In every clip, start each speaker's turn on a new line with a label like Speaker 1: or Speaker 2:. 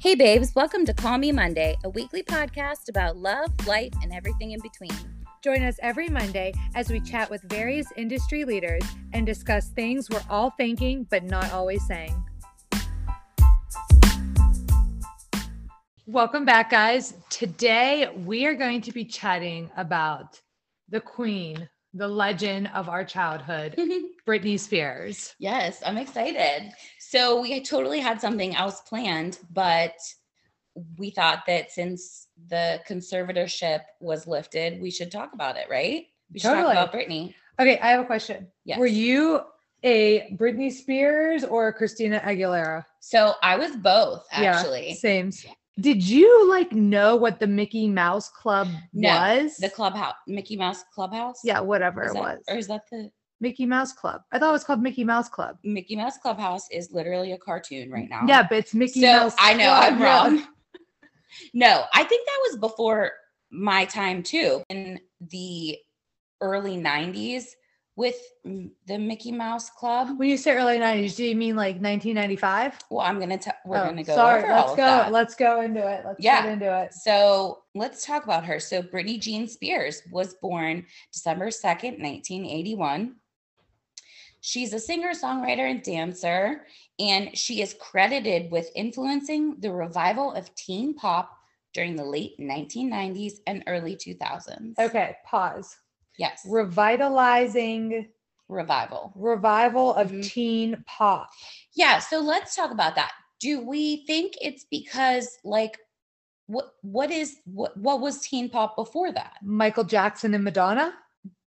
Speaker 1: Hey, babes, welcome to Call Me Monday, a weekly podcast about love, life, and everything in between.
Speaker 2: Join us every Monday as we chat with various industry leaders and discuss things we're all thinking but not always saying. Welcome back, guys. Today we are going to be chatting about the queen, the legend of our childhood, Britney Spears.
Speaker 1: Yes, I'm excited. So we totally had something else planned, but we thought that since the conservatorship was lifted, we should talk about it, right? We should
Speaker 2: Totally.
Speaker 1: talk about Britney.
Speaker 2: Okay, I have a question.
Speaker 1: Yes.
Speaker 2: Were you a Britney Spears or Christina Aguilera?
Speaker 1: so I was both
Speaker 2: Yeah,
Speaker 1: actually.
Speaker 2: Same. Did you like know what the Mickey Mouse Club
Speaker 1: No,
Speaker 2: was?
Speaker 1: The clubhouse, Mickey Mouse Clubhouse.
Speaker 2: yeah, whatever
Speaker 1: Is
Speaker 2: it
Speaker 1: that-
Speaker 2: was.
Speaker 1: Or is that the
Speaker 2: Mickey Mouse Club. I thought it was called Mickey Mouse Club.
Speaker 1: Mickey Mouse Clubhouse is literally a cartoon right now.
Speaker 2: Yeah, but it's Mickey
Speaker 1: so
Speaker 2: Mouse.
Speaker 1: I know
Speaker 2: Club.
Speaker 1: I'm
Speaker 2: Yeah.
Speaker 1: wrong. no, I think that was before my time too. In the early 90s with mm, the Mickey Mouse Club.
Speaker 2: When you say early 90s, do you mean like 1995?
Speaker 1: Well, I'm gonna tell we're
Speaker 2: Oh,
Speaker 1: gonna go
Speaker 2: Sorry,
Speaker 1: over
Speaker 2: let's
Speaker 1: all of
Speaker 2: go.
Speaker 1: that.
Speaker 2: Let's go into it. Let's
Speaker 1: Yeah.
Speaker 2: get into it.
Speaker 1: So let's talk about her. So Brittany Jean Spears was born December 2nd, 1981. She's a singer, songwriter, and dancer, and she is credited with influencing the revival of teen pop during the late 1990s and early 2000s.
Speaker 2: Okay, pause.
Speaker 1: Yes.
Speaker 2: Revitalizing
Speaker 1: revival.
Speaker 2: revival of
Speaker 1: Mhm.
Speaker 2: teen pop.
Speaker 1: Yeah. So let's talk about that. Do we think it's because, like, what what is what what was teen pop before that?
Speaker 2: Michael Jackson and Madonna.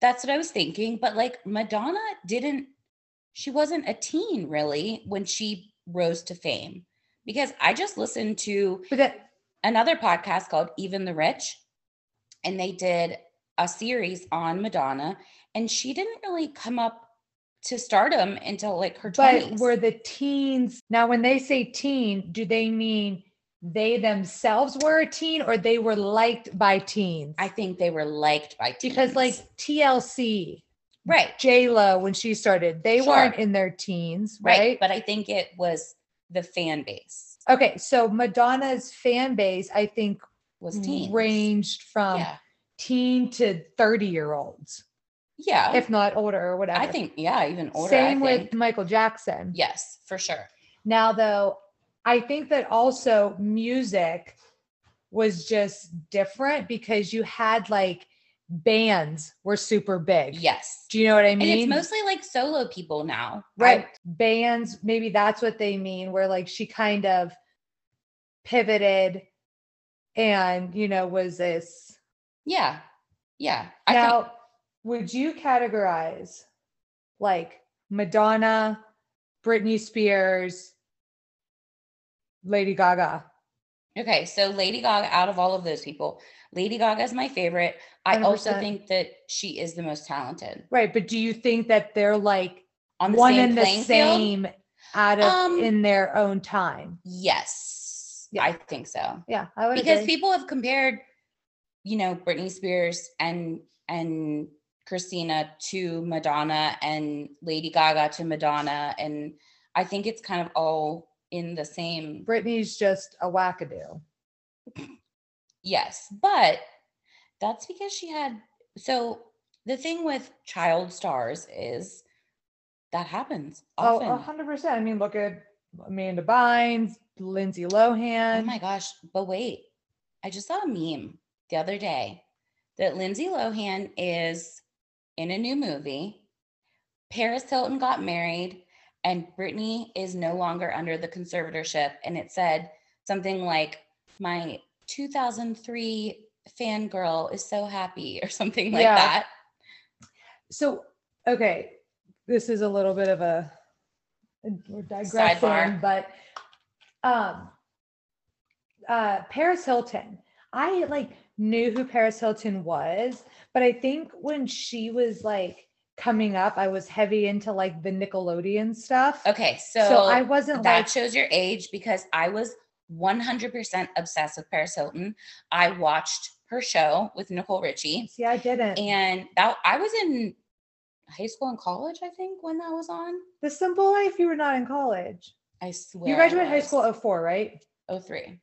Speaker 1: That's what I was thinking. But like Madonna didn't, she wasn't a teen really when she rose to fame. Because I just listened to
Speaker 2: But that
Speaker 1: another podcast called Even the Rich, and they did a series on Madonna, and she didn't really come up to stardom until like her
Speaker 2: but
Speaker 1: 20s.
Speaker 2: were the teens now when they say teen, do they mean they themselves were a teen or they were liked by teens?
Speaker 1: I think they were liked by teens.
Speaker 2: because like TLC,
Speaker 1: right,
Speaker 2: J Lo when she started, they
Speaker 1: Sure.
Speaker 2: weren't in their teens,
Speaker 1: right,
Speaker 2: right?
Speaker 1: But I think it was the fan base
Speaker 2: okay, so Madonna's fan base, I think,
Speaker 1: was
Speaker 2: Mm,
Speaker 1: teens.
Speaker 2: ranged from
Speaker 1: yeah,
Speaker 2: teen to 30 year olds,
Speaker 1: yeah.
Speaker 2: if not older or whatever.
Speaker 1: I think yeah, even older.
Speaker 2: Same
Speaker 1: I
Speaker 2: with
Speaker 1: think.
Speaker 2: Michael Jackson.
Speaker 1: yes, for sure.
Speaker 2: Now, though, I think that also music was just different because you had like bands were super big.
Speaker 1: Yes.
Speaker 2: Do you know what I
Speaker 1: And
Speaker 2: mean?
Speaker 1: it's mostly like solo people now.
Speaker 2: right
Speaker 1: I-
Speaker 2: bands maybe that's what they mean where like she kind of pivoted and you know was this
Speaker 1: yeah. Yeah. I think-
Speaker 2: now would you categorize like madonna britney spears lady gaga
Speaker 1: okay. So Lady Gaga, out of all of those people, Lady Gaga is my favorite. I also
Speaker 2: 100%.
Speaker 1: think that she is the most talented
Speaker 2: right but do you think that they're like
Speaker 1: on the
Speaker 2: one
Speaker 1: same
Speaker 2: and the
Speaker 1: playing field.
Speaker 2: same out of
Speaker 1: Um,
Speaker 2: in their own time
Speaker 1: Yes.
Speaker 2: Yeah.
Speaker 1: I think so.
Speaker 2: yeah i would
Speaker 1: Because
Speaker 2: agree.
Speaker 1: people have compared, you know, Britney Spears and and Christina to Madonna and Lady Gaga to Madonna. And I think it's kind of all in the same
Speaker 2: britney's just a wackadoo
Speaker 1: Yes, but that's because she had. So the thing with child stars is that happens
Speaker 2: Oh,
Speaker 1: often.
Speaker 2: a
Speaker 1: Oh,
Speaker 2: 100%. I mean, look at Amanda Bynes, Lindsay Lohan.
Speaker 1: Oh my gosh. But wait, I just saw a meme the other day that Lindsay Lohan is in a new movie. Paris Hilton got married, and Britney is no longer under the conservatorship. And it said something like, My 2003 fangirl is so happy, or something like
Speaker 2: Yeah.
Speaker 1: that.
Speaker 2: So, okay, this is a little bit of a we're digressing,
Speaker 1: Sidebar.
Speaker 2: but um uh Paris Hilton. I like knew who Paris Hilton was, but I think when she was like coming up, I was heavy into like the Nickelodeon stuff.
Speaker 1: Okay, so,
Speaker 2: So, I wasn't
Speaker 1: that
Speaker 2: like
Speaker 1: shows your age because I was 100% obsessed with Paris Hilton. I watched her show with Nicole Richie,
Speaker 2: see I didn't.
Speaker 1: and that I was in high school and college, I think, when that was on.
Speaker 2: the simple life you were not in college.
Speaker 1: I swear.
Speaker 2: You graduated
Speaker 1: I
Speaker 2: high
Speaker 1: was.
Speaker 2: school 04, right?
Speaker 1: 03.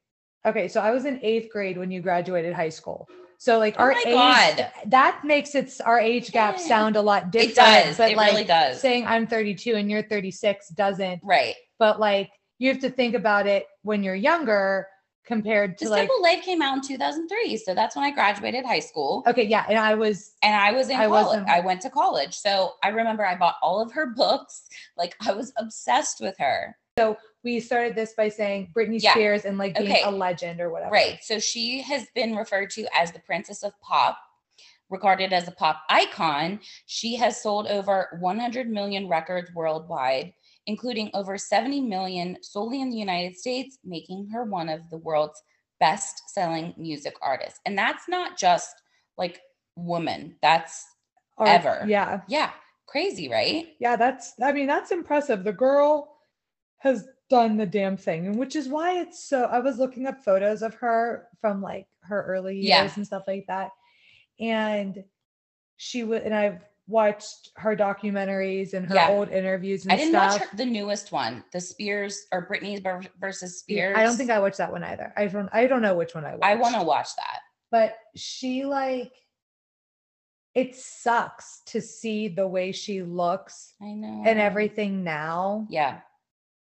Speaker 2: Okay, so I was in eighth grade when you graduated high school. So like
Speaker 1: Oh
Speaker 2: our
Speaker 1: my
Speaker 2: age
Speaker 1: God.
Speaker 2: that makes its our age gap
Speaker 1: Yeah.
Speaker 2: sound a lot different.
Speaker 1: It does.
Speaker 2: but
Speaker 1: it
Speaker 2: like
Speaker 1: really does.
Speaker 2: saying I'm 32 and you're 36 doesn't.
Speaker 1: right.
Speaker 2: But like you have to think about it when you're younger compared to
Speaker 1: The
Speaker 2: like
Speaker 1: Simple Life came out in 2003. So that's when I graduated high school.
Speaker 2: okay, yeah, and I was
Speaker 1: And I was in
Speaker 2: I
Speaker 1: college.
Speaker 2: wasn't-
Speaker 1: I went to college. So I remember I bought all of her books. Like I was obsessed with her.
Speaker 2: we started this by saying Britney
Speaker 1: Yeah.
Speaker 2: Spears and like being
Speaker 1: Okay.
Speaker 2: a legend or whatever.
Speaker 1: Right. So she has been referred to as the Princess of Pop, regarded as a pop icon. She has sold over 100 million records worldwide, including over 70 million solely in the United States, making her one of the world's best selling music artists. And that's not just like woman. That's,
Speaker 2: Or-
Speaker 1: Ever.
Speaker 2: Yeah.
Speaker 1: yeah, crazy, right?
Speaker 2: Yeah, that's I mean, that's impressive. The girl has done the damn thing, and which is why it's so I was looking up photos of her from like her early years
Speaker 1: Yeah.
Speaker 2: and stuff like that. And she would and I've watched her documentaries and her
Speaker 1: Yeah.
Speaker 2: old interviews and
Speaker 1: I didn't
Speaker 2: stuff.
Speaker 1: watch her, the newest one, the Spears or Britney ver- versus
Speaker 2: Yeah,
Speaker 1: Spears.
Speaker 2: I don't think I watched that one either. I don't I don't know which one I watched.
Speaker 1: I want to watch that.
Speaker 2: but she like it sucks to see the way she looks
Speaker 1: I know.
Speaker 2: and everything now.
Speaker 1: Mm-hmm. Yeah.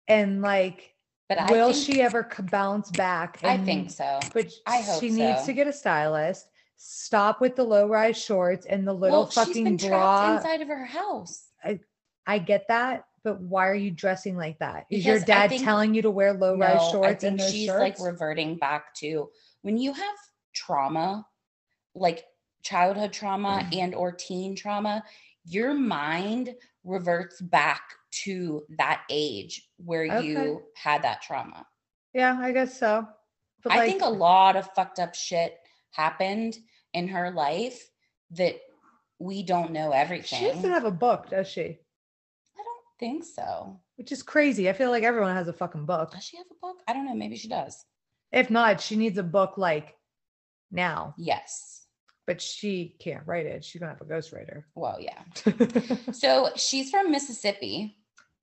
Speaker 2: And like
Speaker 1: But I
Speaker 2: will
Speaker 1: think-
Speaker 2: she ever c- bounce back?
Speaker 1: I think so.
Speaker 2: But
Speaker 1: I hope
Speaker 2: she needs
Speaker 1: so.
Speaker 2: to get a stylist. Stop with the low rise shorts and the little fucking bra.
Speaker 1: inside of her house.
Speaker 2: I get that, but why are you dressing like that? Is your
Speaker 1: Because I
Speaker 2: dad
Speaker 1: think-
Speaker 2: telling you to wear low rise
Speaker 1: No, I
Speaker 2: shorts and
Speaker 1: think
Speaker 2: those
Speaker 1: she's
Speaker 2: shirts?
Speaker 1: like reverting back to when you have trauma, like childhood trauma
Speaker 2: Mm-hmm.
Speaker 1: and or teen trauma, your mind reverts back to that age where
Speaker 2: Okay.
Speaker 1: you had that trauma.
Speaker 2: yeah, I guess so. But
Speaker 1: I
Speaker 2: like,
Speaker 1: think a lot of fucked up shit happened in her life that we don't know everything.
Speaker 2: she doesn't have a book, does she?
Speaker 1: I don't think so.
Speaker 2: Which is crazy. I feel like everyone has a fucking book.
Speaker 1: Does she have a book? I don't know. Maybe she does.
Speaker 2: If not, she needs a book like now,
Speaker 1: Yes.
Speaker 2: but she can't write it. She's gonna have a ghostwriter.
Speaker 1: Well, yeah. So she's from Mississippi,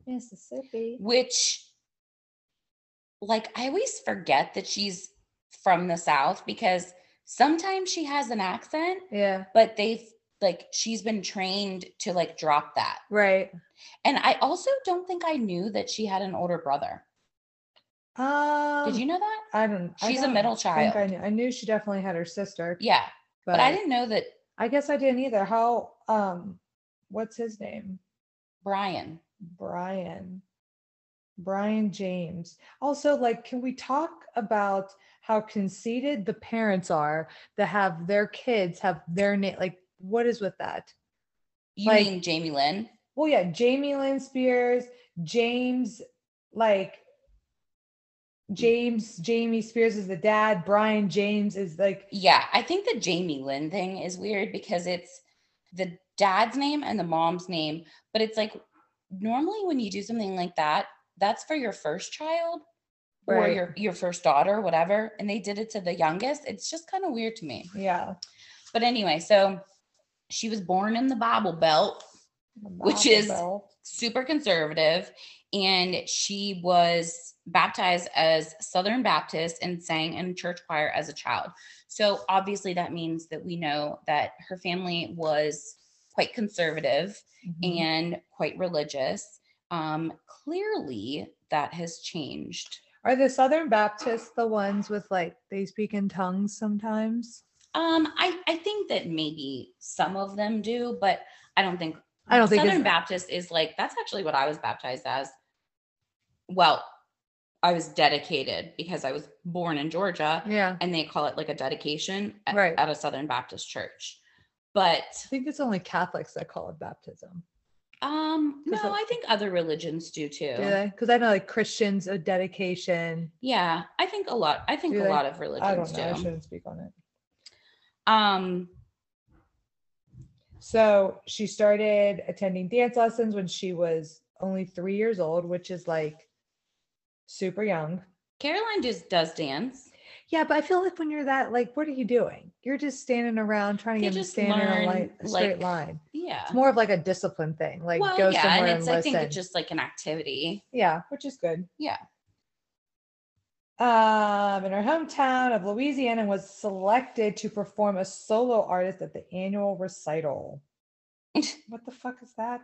Speaker 2: Mississippi.
Speaker 1: which, like, I always forget that she's from the South because sometimes she has an accent,
Speaker 2: Yeah,
Speaker 1: but they've, like, she's been trained to, like, drop that.
Speaker 2: right.
Speaker 1: And I also don't think I knew that she had an older brother.
Speaker 2: Um,
Speaker 1: Did you know that?
Speaker 2: I don't. I
Speaker 1: She's a
Speaker 2: don't
Speaker 1: middle
Speaker 2: think I
Speaker 1: child.
Speaker 2: knew. I knew she definitely had her sister,
Speaker 1: Yeah.
Speaker 2: but,
Speaker 1: But I didn't know that
Speaker 2: I guess I didn't either. How? Um, what's his name?
Speaker 1: Brian.
Speaker 2: Brian. Brian James. Also, like, can we talk about how conceited the parents are that have their kids have their name? Like, what is with that?
Speaker 1: You
Speaker 2: Like-
Speaker 1: mean Jamie Lynn?
Speaker 2: Well, yeah, Jamie Lynn Spears, James, like James, Jamie Spears is the dad. Brian James is like
Speaker 1: Yeah, I think the Jamie Lynn thing is weird because it's the dad's name and the mom's name, but it's like normally when you do something like that, that's for your first child or
Speaker 2: Right.
Speaker 1: your your first daughter, whatever, and they did it to the youngest. It's just kind of weird to me.
Speaker 2: yeah,
Speaker 1: But anyway, so she was born in the Bible Belt, Which is-
Speaker 2: Bible
Speaker 1: super conservative, and she was baptized as Southern Baptist and sang in church choir as a child. So obviously that means that we know that her family was quite conservative
Speaker 2: Belt. Mhm.
Speaker 1: and quite religious. Um, clearly that has changed.
Speaker 2: Are the Southern Baptists the ones with like they speak in tongues sometimes?
Speaker 1: Um, I, I think that maybe some of them do, but I don't think
Speaker 2: I don't think
Speaker 1: Southern
Speaker 2: it's,
Speaker 1: Baptist is like that's actually what I was baptized as. Well, I was dedicated because I was born in Georgia
Speaker 2: yeah.
Speaker 1: and they call it like a dedication at,
Speaker 2: Right.
Speaker 1: at a Southern Baptist church. But
Speaker 2: I think it's only Catholics that call it baptism.
Speaker 1: um no,
Speaker 2: 'Cause I-
Speaker 1: I think other religions do too.
Speaker 2: Do they? Because I know like Christians a dedication.
Speaker 1: Yeah, I think a lot. I think
Speaker 2: Do
Speaker 1: a
Speaker 2: they?
Speaker 1: lot of
Speaker 2: I don't
Speaker 1: religions
Speaker 2: know. I
Speaker 1: do.
Speaker 2: shouldn't speak on it.
Speaker 1: Um,
Speaker 2: So she started attending dance lessons when she was only three years old, which is like super young.
Speaker 1: Caroline just does dance.
Speaker 2: Yeah, but I feel like when you're that, like, what are you doing? You're just standing around trying
Speaker 1: You
Speaker 2: to get
Speaker 1: just
Speaker 2: stand in a,
Speaker 1: learn,
Speaker 2: light, a straight
Speaker 1: like,
Speaker 2: line.
Speaker 1: Yeah.
Speaker 2: It's more of like a discipline thing. Like
Speaker 1: well,
Speaker 2: go
Speaker 1: yeah,
Speaker 2: somewhere
Speaker 1: and
Speaker 2: and,
Speaker 1: it's I
Speaker 2: listen.
Speaker 1: think it's just like an activity.
Speaker 2: yeah, which is good.
Speaker 1: Yeah.
Speaker 2: um, in her hometown of Louisiana and was selected to perform as solo artist at the annual recital. what the fuck is that?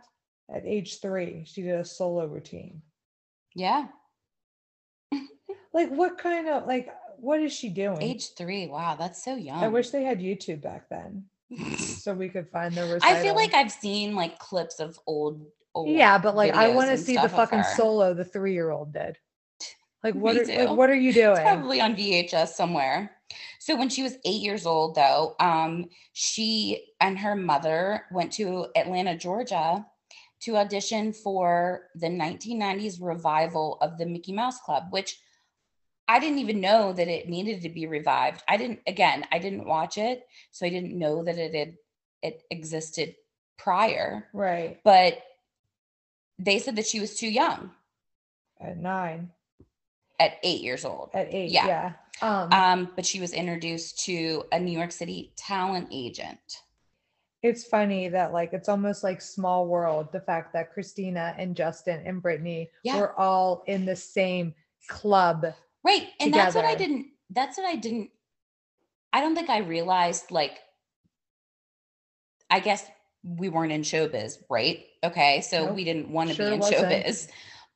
Speaker 2: At age three, she did a solo routine.
Speaker 1: Yeah.
Speaker 2: Like, what kind of, like, what is she doing?
Speaker 1: Age three. Wow. That's so young.
Speaker 2: I wish they had YouTube back then so we could find the recital.
Speaker 1: I feel like I've seen like clips of old, old
Speaker 2: yeah, but like, I
Speaker 1: videos
Speaker 2: want to
Speaker 1: and
Speaker 2: see the
Speaker 1: stuff of
Speaker 2: fucking
Speaker 1: her.
Speaker 2: solo the three year old did. Like, what
Speaker 1: Me
Speaker 2: are, like,
Speaker 1: too.
Speaker 2: what are you doing?
Speaker 1: probably on VHS somewhere. So when she was eight years old, though, um, she and her mother went to Atlanta, Georgia, to audition for the 1990s revival of the Mickey Mouse Club, which I didn't even know that it needed to be revived. I didn't, again, I didn't watch it, so I didn't know that it had it existed prior.
Speaker 2: Right.
Speaker 1: But they said that she was too young
Speaker 2: At nine,
Speaker 1: at eight years old.
Speaker 2: at eight. Yeah.
Speaker 1: Yeah.
Speaker 2: Um,
Speaker 1: um, but she was introduced to a New York City talent agent.
Speaker 2: it's funny that like it's almost like small world the fact that christina and justin and brittany
Speaker 1: Yeah.
Speaker 2: were all in the same club
Speaker 1: Right. And that's what I
Speaker 2: Together.
Speaker 1: didn't, that's what I didn't, I don't think I realized, like, I guess we weren't in showbiz, right? Okay. So
Speaker 2: Nope.
Speaker 1: we didn't want to
Speaker 2: Sure
Speaker 1: be in
Speaker 2: wasn't.
Speaker 1: showbiz.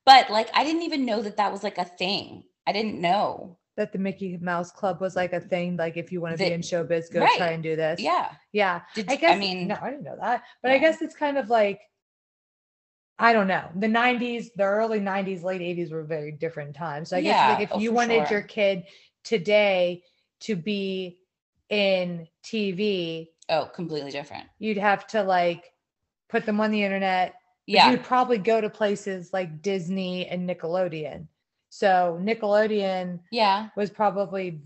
Speaker 1: But like, I didn't even know that that was like a thing. I didn't know.
Speaker 2: that the mickey mouse club was like a thing like if you want to be
Speaker 1: The-
Speaker 2: in showbiz go
Speaker 1: right.
Speaker 2: try and do this
Speaker 1: Yeah.
Speaker 2: yeah
Speaker 1: Did,
Speaker 2: i
Speaker 1: I
Speaker 2: guess
Speaker 1: mean,
Speaker 2: no i didn't know that but i
Speaker 1: yeah.
Speaker 2: guess it's kind of like i don't know the 90s the early 90s late 80s were very different times so i guess like
Speaker 1: Yeah,
Speaker 2: if
Speaker 1: oh,
Speaker 2: you
Speaker 1: for
Speaker 2: wanted your
Speaker 1: sure.
Speaker 2: kid today to be in tv
Speaker 1: oh, completely different.
Speaker 2: you'd have to like put them on the internet. but
Speaker 1: Yeah.
Speaker 2: You'd probably go to places like Disney and Nickelodeon. So Nickelodeon
Speaker 1: Yeah.
Speaker 2: was probably,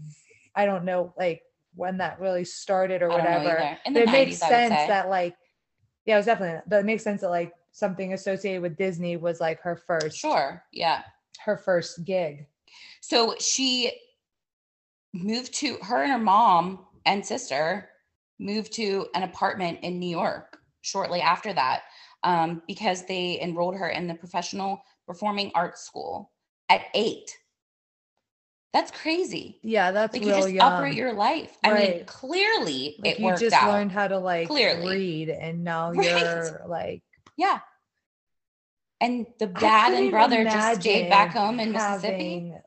Speaker 2: I don't know, like when that really started or
Speaker 1: I don't know
Speaker 2: whatever.
Speaker 1: either. In the
Speaker 2: But
Speaker 1: 90s,
Speaker 2: it makes
Speaker 1: I would
Speaker 2: sense
Speaker 1: say.
Speaker 2: that like, yeah, it was definitely, but it makes sense that like something associated with Disney was like her first,
Speaker 1: sure. Yeah.
Speaker 2: her first gig.
Speaker 1: So she moved to her and her mom and sister moved to an apartment in New York shortly after that um, because they enrolled her in the professional performing arts school at eight. That's crazy.
Speaker 2: Yeah, that's
Speaker 1: Like you
Speaker 2: real
Speaker 1: just
Speaker 2: young.
Speaker 1: upright your life. I mean,
Speaker 2: Right.
Speaker 1: clearly
Speaker 2: like
Speaker 1: it
Speaker 2: you
Speaker 1: worked
Speaker 2: just
Speaker 1: out.
Speaker 2: learned how to like
Speaker 1: Clearly.
Speaker 2: read and now
Speaker 1: Right.
Speaker 2: you're like
Speaker 1: yeah. And the dad
Speaker 2: couldn't
Speaker 1: and brother just
Speaker 2: imagine
Speaker 1: stayed back home in Mississippi.
Speaker 2: having-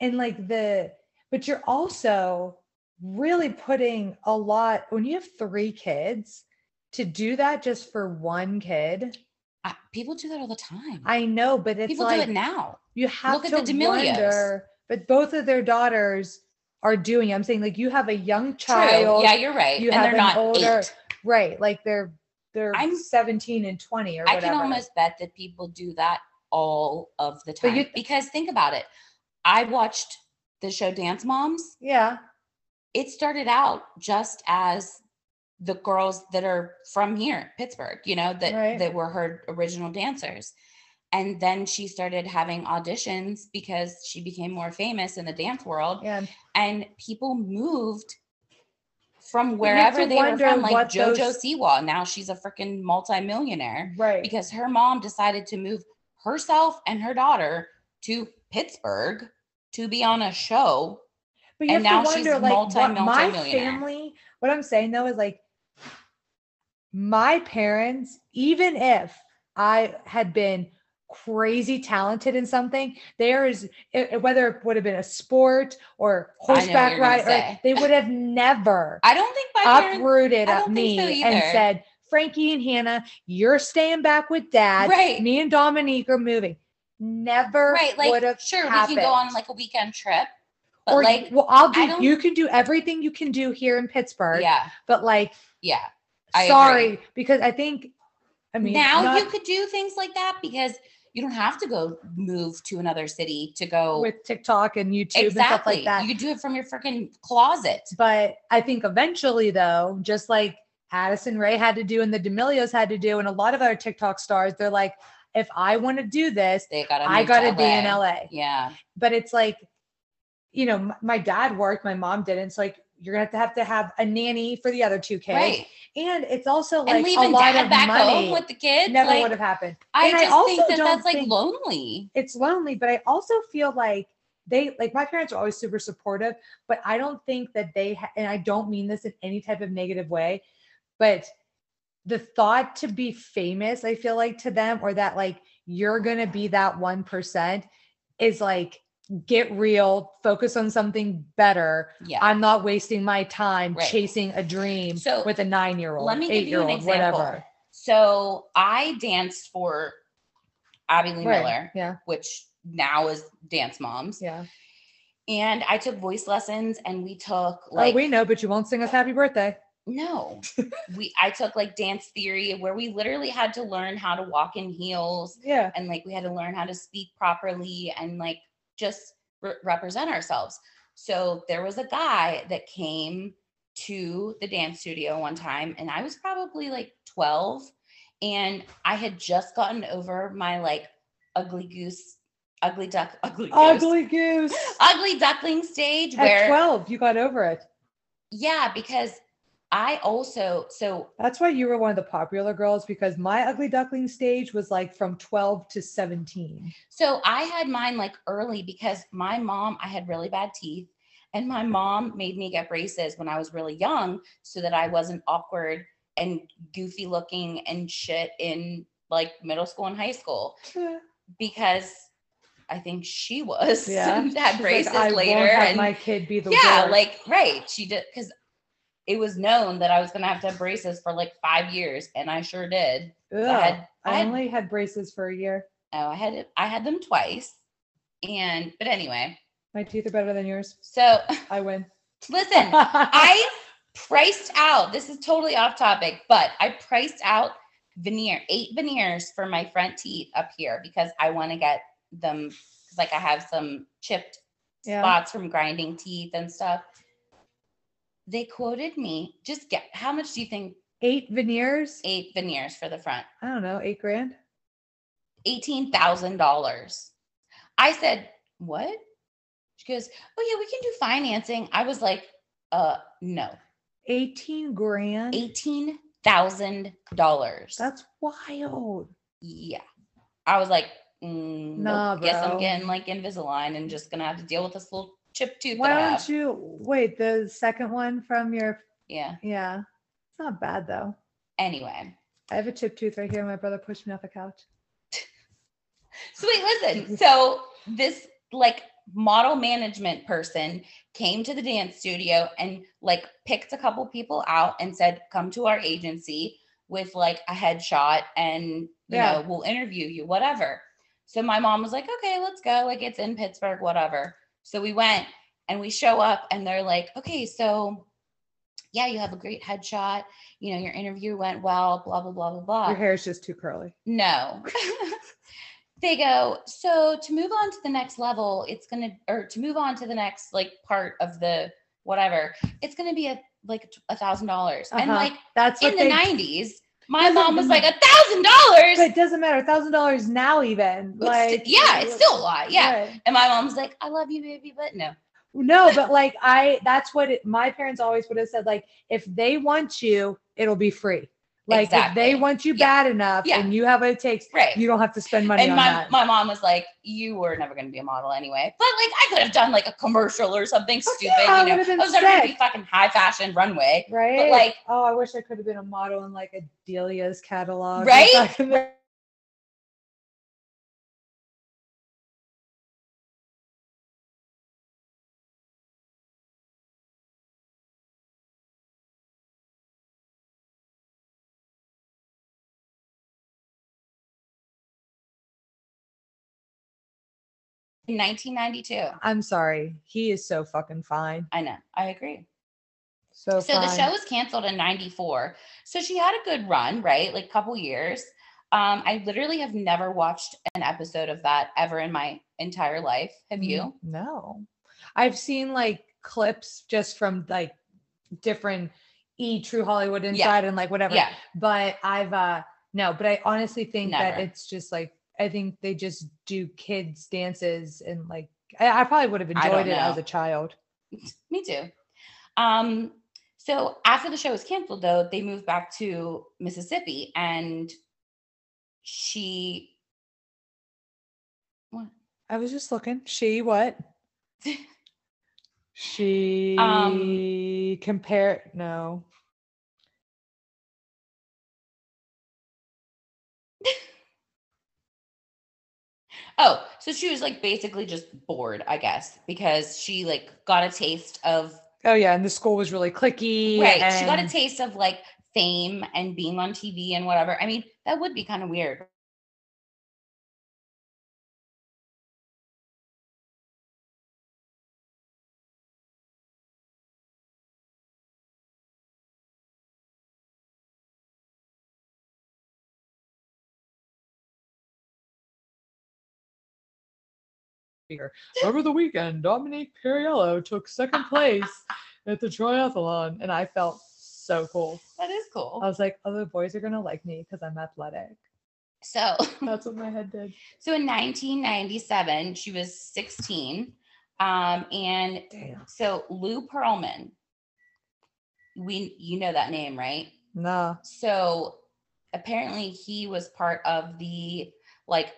Speaker 2: And like the, but you're also really putting a lot when you have three kids to do that just for one kid.
Speaker 1: I- people do that all the time.
Speaker 2: I know, but it's
Speaker 1: people
Speaker 2: like
Speaker 1: do it now.
Speaker 2: you have
Speaker 1: Look
Speaker 2: to
Speaker 1: at the D'Amelios.
Speaker 2: wonder. But both of their daughters are doing. I'm saying like you have a young child,
Speaker 1: True. Yeah, you're right.
Speaker 2: you
Speaker 1: and
Speaker 2: have
Speaker 1: they're
Speaker 2: an
Speaker 1: not
Speaker 2: older-
Speaker 1: eight.
Speaker 2: right? Like they're they're
Speaker 1: I'm-
Speaker 2: 17 and 20 or
Speaker 1: I
Speaker 2: whatever.
Speaker 1: can almost bet that people do that all of the
Speaker 2: But
Speaker 1: time.
Speaker 2: you-
Speaker 1: because think about it. I watched the show Dance Moms.
Speaker 2: yeah,
Speaker 1: It started out just as the girls that are from here, Pittsburgh, you know, that
Speaker 2: Right.
Speaker 1: that were her original dancers. And then she started having auditions because she became more famous in the dance world.
Speaker 2: yeah.
Speaker 1: and people moved from
Speaker 2: you have
Speaker 1: wherever
Speaker 2: to
Speaker 1: they were
Speaker 2: wonder
Speaker 1: from, like
Speaker 2: what
Speaker 1: JoJo
Speaker 2: those-
Speaker 1: Siwa. Now she's a freaking multimillionaire
Speaker 2: Right.
Speaker 1: because her mom decided to move herself and her daughter to Pittsburgh to be on a show.
Speaker 2: But you
Speaker 1: And
Speaker 2: have to
Speaker 1: now she's
Speaker 2: wonder, like, what
Speaker 1: multi-
Speaker 2: my
Speaker 1: multi-millionaire.
Speaker 2: family. What I'm saying though is like, my parents, even if I had been crazy talented in something, there is i- i- whether it would have been a sport or
Speaker 1: I know what
Speaker 2: horseback
Speaker 1: you're gonna
Speaker 2: ride, or, like,
Speaker 1: say.
Speaker 2: they would have never
Speaker 1: I don't think my parents,
Speaker 2: uprooted
Speaker 1: I
Speaker 2: at
Speaker 1: don't
Speaker 2: me
Speaker 1: think so
Speaker 2: and
Speaker 1: either.
Speaker 2: said, "Frankie and Hannah, you're staying back with dad.
Speaker 1: Right.
Speaker 2: Me and Dominique are moving." Never
Speaker 1: right?
Speaker 2: would
Speaker 1: Like,
Speaker 2: have
Speaker 1: sure, we can go on
Speaker 2: happened
Speaker 1: like a weekend trip, but
Speaker 2: or
Speaker 1: like,
Speaker 2: like, well, I'll
Speaker 1: I
Speaker 2: do.
Speaker 1: don't-
Speaker 2: You can do everything you can do here in Pittsburgh,
Speaker 1: yeah,
Speaker 2: but like,
Speaker 1: yeah. I agree.
Speaker 2: sorry, because I think, I mean,
Speaker 1: now
Speaker 2: not
Speaker 1: you could do things like that because you don't have to go move to another city to go
Speaker 2: with TikTok and YouTube and stuff
Speaker 1: exactly.
Speaker 2: like that.
Speaker 1: You could do it from your freaking closet.
Speaker 2: but I think eventually, though, just like Addison Ray had to do and the D'Amelios had to do, and a lot of other TikTok stars, they're like, if I want to do this,
Speaker 1: They got.
Speaker 2: I got to be in LA.
Speaker 1: Yeah,
Speaker 2: but it's like you know m- my dad worked my mom didn't so like you're gonna have to have to have a nanny for the other two kids
Speaker 1: right.
Speaker 2: and it's also
Speaker 1: and
Speaker 2: like a
Speaker 1: leaving
Speaker 2: lot
Speaker 1: dad
Speaker 2: of
Speaker 1: back
Speaker 2: money
Speaker 1: home with the kids.
Speaker 2: never
Speaker 1: like,
Speaker 2: would have happened
Speaker 1: I
Speaker 2: and I
Speaker 1: just
Speaker 2: also
Speaker 1: think that
Speaker 2: don't
Speaker 1: that's like
Speaker 2: think-
Speaker 1: lonely.
Speaker 2: it's lonely but i also feel like they like my parents are always super supportive, but I don't think that they ha- and I don't mean this in any type of negative way, but the thought to be famous, I feel like to them, or that like you're gonna be that one percent, is like get real, focus on something better.
Speaker 1: Yeah.
Speaker 2: I'm not wasting my time
Speaker 1: Right.
Speaker 2: chasing a dream
Speaker 1: So,
Speaker 2: with a nine year old,
Speaker 1: let me give you an
Speaker 2: eight year old,
Speaker 1: example.
Speaker 2: whatever.
Speaker 1: So I danced for Abby Lee
Speaker 2: Right.
Speaker 1: Miller,
Speaker 2: Yeah.
Speaker 1: which now is Dance Moms.
Speaker 2: Yeah.
Speaker 1: And I took voice lessons and we took like
Speaker 2: oh, we know, but you won't sing us happy birthday.
Speaker 1: no. we I took like dance theory where we literally had to learn how to walk in heels
Speaker 2: Yeah.
Speaker 1: and like we had to learn how to speak properly and like just re- represent ourselves. So there was a guy that came to the dance studio one time and I was probably like 12 and I had just gotten over my like ugly goose ugly duck ugly goose,
Speaker 2: Ugly goose.
Speaker 1: ugly duckling stage
Speaker 2: At
Speaker 1: where
Speaker 2: 12, you got over it.
Speaker 1: yeah because I also so
Speaker 2: That's why you were one of the popular girls because my ugly duckling stage was like from 12 to 17.
Speaker 1: So I had mine like early because my mom, I had really bad teeth, and my mom made me get braces when I was really young so that I wasn't awkward and goofy looking and shit in like middle school and high school
Speaker 2: Yeah.
Speaker 1: because I think she was
Speaker 2: Yeah.
Speaker 1: had
Speaker 2: She's like,
Speaker 1: braces
Speaker 2: I won't
Speaker 1: later
Speaker 2: have
Speaker 1: and
Speaker 2: my kid be the
Speaker 1: yeah,
Speaker 2: worst.
Speaker 1: like right, she did because it was known that I was gonna have to have braces for like five years, and I sure did.
Speaker 2: Ugh.
Speaker 1: I had I
Speaker 2: I
Speaker 1: had
Speaker 2: only had braces for a year.
Speaker 1: oh I had it I had them twice, and but anyway.
Speaker 2: My teeth are better than yours.
Speaker 1: So
Speaker 2: I win.
Speaker 1: listen, I priced out. This is totally off topic, but I priced out veneer, eight veneers for my front teeth up here because I want to get them because like I have some chipped
Speaker 2: Yeah.
Speaker 1: spots from grinding teeth and stuff. They quoted me, just get how much do you think
Speaker 2: eight veneers.
Speaker 1: eight veneers for the front?
Speaker 2: I don't know, eight grand.
Speaker 1: eighteen thousand dollars. I said, What? She goes, Oh yeah, we can do financing. I was like, uh no.
Speaker 2: 18 grand.
Speaker 1: Eighteen thousand dollars.
Speaker 2: That's wild.
Speaker 1: Yeah. I was like, mm,
Speaker 2: Nah,
Speaker 1: nope. guess I'm
Speaker 2: bro.
Speaker 1: getting like Invisalign and just gonna have to deal with this little chip tooth.
Speaker 2: Why
Speaker 1: that I
Speaker 2: don't
Speaker 1: have.
Speaker 2: you wait? The second one from your,
Speaker 1: Yeah.
Speaker 2: yeah, it's not bad though.
Speaker 1: Anyway.
Speaker 2: I have a chipped tooth right here. My brother pushed me off the couch.
Speaker 1: So wait, listen. So this like model management person came to the dance studio and like picked a couple people out and said, come to our agency with like a headshot and you
Speaker 2: Yeah.
Speaker 1: know, we'll interview you, whatever. So my mom was like, okay, let's go. Like it's in Pittsburgh, whatever. So we went and we show up and they're like, okay, so yeah, you have a great headshot. You know, your interview went well, blah, blah, blah, blah, blah.
Speaker 2: Your hair is just too curly.
Speaker 1: No. they go, so to move on to the next level, it's going to, or to move on to the next like part of the whatever, it's going to be a, like a thousand dollars. And
Speaker 2: Uh-huh.
Speaker 1: like
Speaker 2: That's what
Speaker 1: in
Speaker 2: they-
Speaker 1: the nineties, my
Speaker 2: Doesn't
Speaker 1: mom was like a
Speaker 2: But
Speaker 1: thousand
Speaker 2: it doesn't matter. Thousand dollars now, even
Speaker 1: dollars.
Speaker 2: like
Speaker 1: Yeah, it's still a lot. Yeah.
Speaker 2: right.
Speaker 1: And my mom's like, I love you, baby, but no.
Speaker 2: No, but like I, that's what it, my parents always would have said. Like if they want you, it'll be free. Like if
Speaker 1: Exactly.
Speaker 2: they want you
Speaker 1: Yeah.
Speaker 2: bad enough
Speaker 1: Yeah.
Speaker 2: and you have what it takes,
Speaker 1: Right.
Speaker 2: you don't have to spend money
Speaker 1: and
Speaker 2: on
Speaker 1: my,
Speaker 2: that.
Speaker 1: my mom was like, You were never going to be a model anyway. But like, I could have done like a commercial or something stupid.
Speaker 2: Oh, yeah, it
Speaker 1: you know,
Speaker 2: would've
Speaker 1: I
Speaker 2: been
Speaker 1: was never going to be
Speaker 2: sick.
Speaker 1: fucking high fashion runway.
Speaker 2: right.
Speaker 1: like-
Speaker 2: oh, I wish I could have been a model in like Adelia's catalog. or
Speaker 1: Right?
Speaker 2: something.
Speaker 1: In 1992.
Speaker 2: I'm sorry. He is so fucking fine.
Speaker 1: I know. I agree.
Speaker 2: So,
Speaker 1: So
Speaker 2: fine.
Speaker 1: the show was canceled in 94. So she had a good run, right? Like couple years. Um, I literally have never watched an episode of that ever in my entire life. Have you?
Speaker 2: Mm, No. I've seen like clips just from like different E True Hollywood Inside and like whatever.
Speaker 1: Yeah.
Speaker 2: But I've uh no, but I honestly think that
Speaker 1: Never.
Speaker 2: it's just like I think they just do kids dances and like I, I probably would have
Speaker 1: I don't
Speaker 2: enjoyed it as
Speaker 1: know.
Speaker 2: a child.
Speaker 1: Me too. Um, so after the show was canceled, though, they moved back to Mississippi and she
Speaker 2: I was just looking. She what? She
Speaker 1: Um.
Speaker 2: compare no.
Speaker 1: Oh, so she was like basically just bored, I guess, because she like got a taste of
Speaker 2: Oh yeah, and the school was really clicky.
Speaker 1: right. She got a
Speaker 2: and-
Speaker 1: taste of like fame and being on TV and whatever. I mean, that would be kind of weird.
Speaker 2: Over the weekend, Dominique Periello took second place at the triathlon, and I felt so cool.
Speaker 1: That is cool.
Speaker 2: I was like, "Oh, the boys are gonna like me because I'm athletic."
Speaker 1: So,
Speaker 2: That's what my head did.
Speaker 1: so in 1997, she was 16, um, and
Speaker 2: Damn.
Speaker 1: so Lou Pearlman. We, you know that name, right?
Speaker 2: Nah.
Speaker 1: so apparently he was part of the like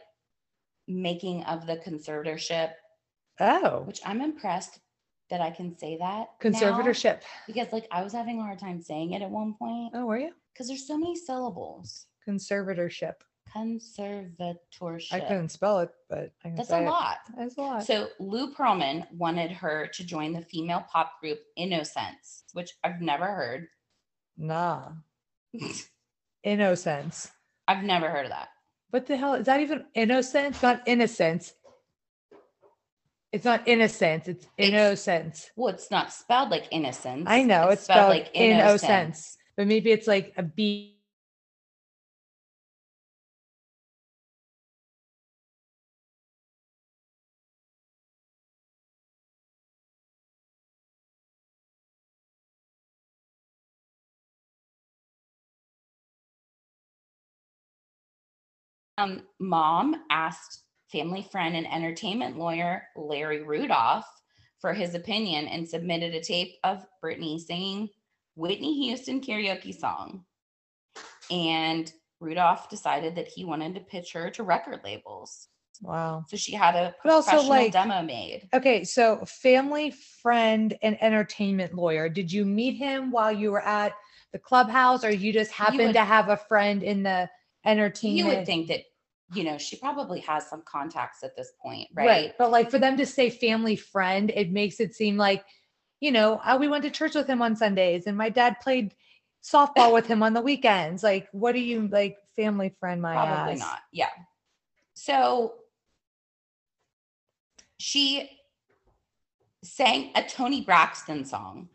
Speaker 1: making of the conservatorship
Speaker 2: Oh,
Speaker 1: which i'm impressed that i can say that now,
Speaker 2: conservatorship.
Speaker 1: because like i was having a hard time saying it at one point
Speaker 2: Oh, were you
Speaker 1: because there's so many syllables
Speaker 2: conservatorship?
Speaker 1: conservatorship
Speaker 2: I couldn't spell it, but I can
Speaker 1: that's a
Speaker 2: say it.
Speaker 1: lot
Speaker 2: That's a lot.
Speaker 1: so lou pearlman wanted her to join the female pop group innocence which i've never heard
Speaker 2: nah. Innocence.
Speaker 1: i've never heard of that
Speaker 2: What the hell is that even innocence? Not innocence. It's not innocence. It's
Speaker 1: It's-
Speaker 2: innocence.
Speaker 1: well it's not spelled like innocence
Speaker 2: I know, it's spelled in O sense. But maybe it's like a B.
Speaker 1: Um, mom asked family friend and entertainment lawyer Larry Rudolph for his opinion and submitted a tape of Britney singing Whitney Houston karaoke song. And Rudolph decided that he wanted to pitch her to record labels.
Speaker 2: Wow.
Speaker 1: So she had a
Speaker 2: But also
Speaker 1: professional
Speaker 2: like
Speaker 1: demo made.
Speaker 2: okay, so family friend and entertainment lawyer. Did you meet him while you were at the clubhouse or you just happened
Speaker 1: would-
Speaker 2: to have a friend in the entertainment?
Speaker 1: You would think that, you know, she probably has some contacts at this point,
Speaker 2: right?
Speaker 1: right?
Speaker 2: But like for them to say family friend, it makes it seem like, you know, uh, we went to church with him on Sundays and my dad played softball with him on the weekends. Like, what do you like family friend my
Speaker 1: Probably
Speaker 2: ass?
Speaker 1: not. Yeah. So she sang a Tony Braxton song,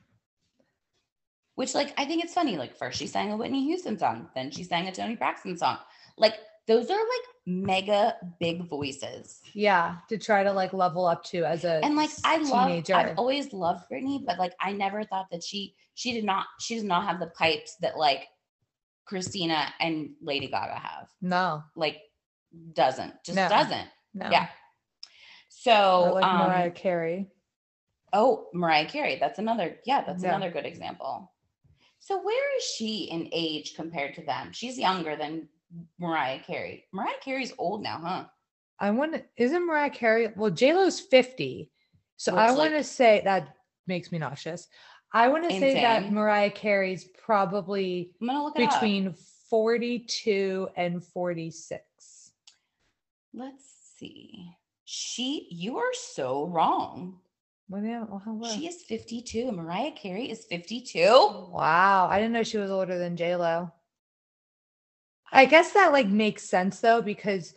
Speaker 1: which, like, I think it's funny. Like, first she sang a Whitney Houston song, then she sang a Tony Braxton song. Like, those are like mega big voices.
Speaker 2: Yeah, to try to like level up to as a
Speaker 1: And like I love
Speaker 2: teenager.
Speaker 1: I've always loved Britney, but like I never thought that she she did not she does not have the pipes that like Christina and Lady Gaga have.
Speaker 2: no,
Speaker 1: Like doesn't. Just
Speaker 2: No.
Speaker 1: doesn't.
Speaker 2: no.
Speaker 1: Yeah.
Speaker 2: Or
Speaker 1: So,
Speaker 2: like
Speaker 1: um,
Speaker 2: Mariah Carey.
Speaker 1: oh, Mariah Carey. That's another. Yeah, that's
Speaker 2: Yeah.
Speaker 1: another good example. So, where is she in age compared to them? She's younger than Mariah Carey. Mariah Carey's old now, huh?
Speaker 2: I want to isn't Mariah Carey well JLo's 50. So I
Speaker 1: Looks like-
Speaker 2: want to say that makes me nauseous. I want to say that
Speaker 1: Insane.
Speaker 2: Mariah Carey's probably
Speaker 1: I'm gonna look it up.
Speaker 2: between 42 and 46.
Speaker 1: Let's see. She, you are so wrong.
Speaker 2: Well, yeah, well, how- well.
Speaker 1: She is 52. and Mariah Carey is 52.
Speaker 2: wow, I didn't know she was older than J Lo. I guess that like makes sense though because,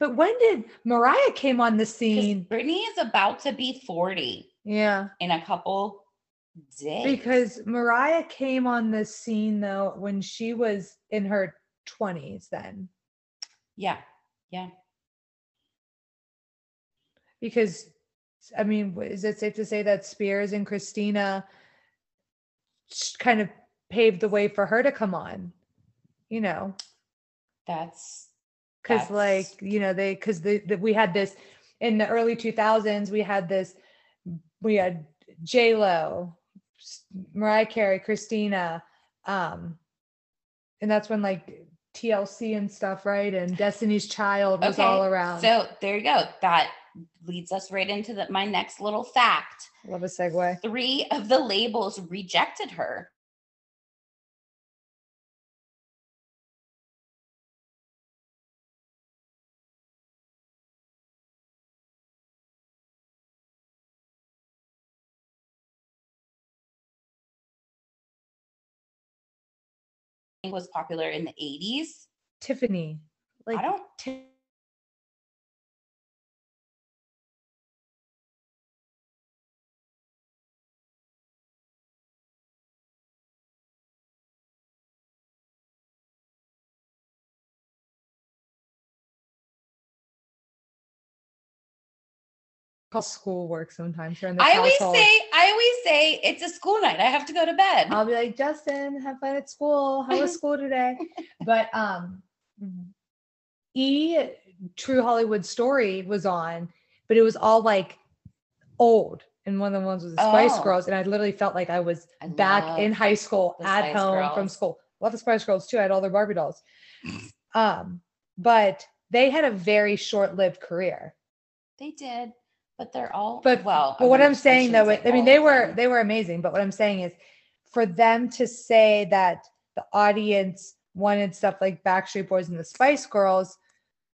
Speaker 2: but when did Mariah came on the
Speaker 1: 'Cause
Speaker 2: scene?
Speaker 1: Britney is about to be 40
Speaker 2: Yeah,
Speaker 1: in a couple days.
Speaker 2: because Mariah came on the scene though when she was in her 20s then
Speaker 1: yeah,
Speaker 2: because I mean wh- is it safe to say that Spears and Christina s- kind of paved the way for her to come on? You know,
Speaker 1: that's
Speaker 2: because like
Speaker 1: That's-
Speaker 2: you know they because the, the we had this in the early 2000s we had this we had j lo mariah carey christina um and that's when like tlc and stuff right and destiny's child was all around
Speaker 1: So there you go. That leads us right into the, my next little fact.
Speaker 2: Love a segue.
Speaker 1: Three of the labels rejected her. It was popular in the 80s.
Speaker 2: Tiffany. Like
Speaker 1: I don't
Speaker 2: call schoolwork sometimes here in this
Speaker 1: I always
Speaker 2: household.
Speaker 1: say, I always say it's a school night. I have to go to bed.
Speaker 2: I'll be like, Justin, have fun at school. How was school today? But um E True Hollywood Story was on, but it was all like old. And one of the ones was the Spice
Speaker 1: Oh.
Speaker 2: Girls. And I literally felt like I was
Speaker 1: I
Speaker 2: back
Speaker 1: love
Speaker 2: in high school
Speaker 1: the
Speaker 2: at
Speaker 1: Spice
Speaker 2: home from
Speaker 1: Girls.
Speaker 2: school. Love the Spice Girls too. I had all their Barbie dolls. um, but they had a very short-lived career.
Speaker 1: They did, but they're all
Speaker 2: But-
Speaker 1: well. I
Speaker 2: But what
Speaker 1: wouldn't-
Speaker 2: I'm saying
Speaker 1: shouldn't
Speaker 2: though,
Speaker 1: say
Speaker 2: I mean,
Speaker 1: all
Speaker 2: they
Speaker 1: of
Speaker 2: were
Speaker 1: them.
Speaker 2: they were amazing. But what I'm saying is, for them to say that the audience wanted stuff like Backstreet Boys and the Spice Girls,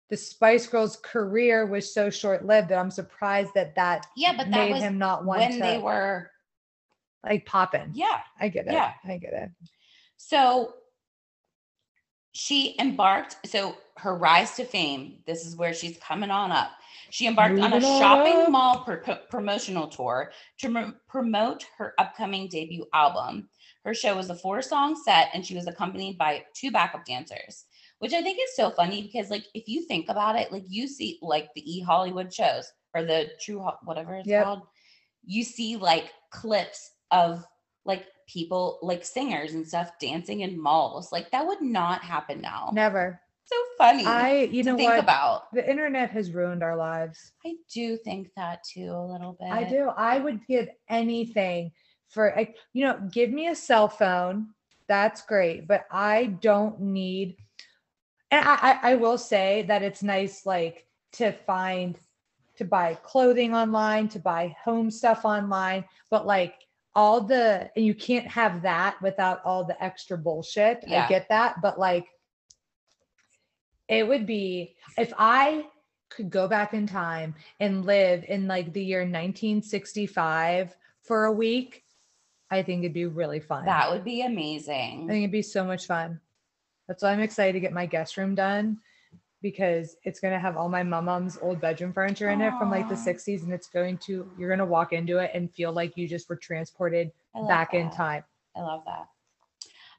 Speaker 2: the Spice Girls' career was so short-lived that I'm surprised that that
Speaker 1: yeah, but that
Speaker 2: made
Speaker 1: was
Speaker 2: him not want
Speaker 1: when
Speaker 2: to
Speaker 1: they were
Speaker 2: like popping.
Speaker 1: yeah.
Speaker 2: I get it.
Speaker 1: yeah.
Speaker 2: I get it.
Speaker 1: So she embarked. So her rise to fame. This is where she's coming on up. She embarked on a
Speaker 2: Moving on
Speaker 1: shopping
Speaker 2: up.
Speaker 1: mall pro- promotional tour to mo- promote her upcoming debut album. Her show was a four-song set, and she was accompanied by two backup dancers, which I think is so funny because, like, if you think about it, like you see like the E Hollywood shows or the True Ho- whatever it's
Speaker 2: Yep.
Speaker 1: called, you see like clips of like people like singers and stuff dancing in malls. Like that would not happen now.
Speaker 2: Never.
Speaker 1: So funny.
Speaker 2: I you
Speaker 1: to
Speaker 2: know
Speaker 1: think
Speaker 2: what
Speaker 1: about.
Speaker 2: the internet has ruined our lives.
Speaker 1: I do think that too a little bit.
Speaker 2: I do. I would give anything for like, you know, give me a cell phone. That's great, but I don't need. And I, I, I will say that it's nice, like to find, to buy clothing online, to buy home stuff online, but like all the, and you can't have that without all the extra bullshit.
Speaker 1: Yeah.
Speaker 2: I get that, but like, it would be if I could go back in time and live in like the year 1965 for a week, I think it'd be really fun.
Speaker 1: That would be
Speaker 2: I
Speaker 1: amazing.
Speaker 2: think it'd be so much fun. That's why I'm excited to get my guest room done because it's going to have all my mom mom's old bedroom furniture in it from like the
Speaker 1: Aw.
Speaker 2: 60s. And it's going to, you're going to walk into it and feel like you just were transported
Speaker 1: I love
Speaker 2: back in
Speaker 1: that.
Speaker 2: time.
Speaker 1: I love that.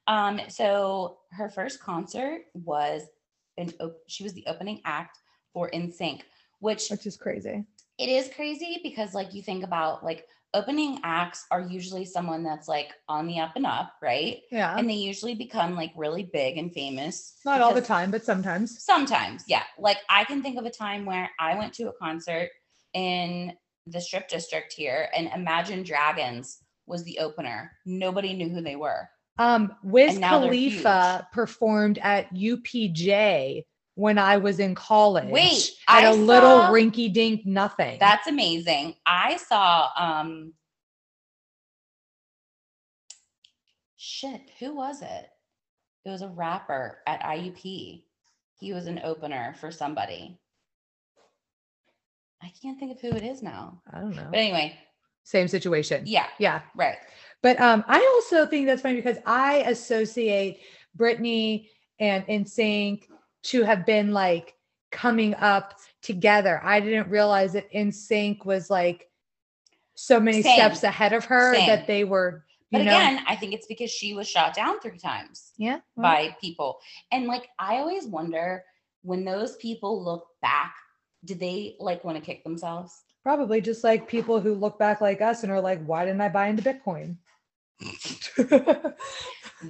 Speaker 1: Um, so her first concert was an op- she was the opening act for In Sync, which
Speaker 2: Which is crazy.
Speaker 1: it is crazy because like you think about like opening acts are usually someone that's like on the up and up, right?
Speaker 2: Yeah.
Speaker 1: And they usually become like really big and famous.
Speaker 2: Not all the
Speaker 1: because-
Speaker 2: time, but sometimes.
Speaker 1: Sometimes, yeah. Like I can think of a time where I went to a concert in the strip district here and Imagine Dragons was the opener. Nobody knew who they were.
Speaker 2: Um, Wiz
Speaker 1: And now they're
Speaker 2: Khalifa performed at UPJ when I was in college.
Speaker 1: Wait,
Speaker 2: at
Speaker 1: I
Speaker 2: a little
Speaker 1: saw-
Speaker 2: rinky dink nothing.
Speaker 1: That's amazing. I saw um shit, who was it? It was a rapper at IUP. He was an opener for somebody. I can't think of who it is now.
Speaker 2: I don't know.
Speaker 1: But anyway,
Speaker 2: Same situation.
Speaker 1: yeah,
Speaker 2: Yeah.
Speaker 1: right.
Speaker 2: But um, I also think that's funny because I associate Britney and NSYNC to have been like coming up together. I didn't realize that NSYNC was like so many
Speaker 1: Same.
Speaker 2: steps ahead of her
Speaker 1: Same.
Speaker 2: that they were.
Speaker 1: But
Speaker 2: You know,
Speaker 1: again, I think it's because she was shot down three times
Speaker 2: yeah, well,
Speaker 1: by people. And like I always wonder when those people look back, do they like want to kick themselves?
Speaker 2: Probably just like people who look back like us and are like, why didn't I buy into Bitcoin?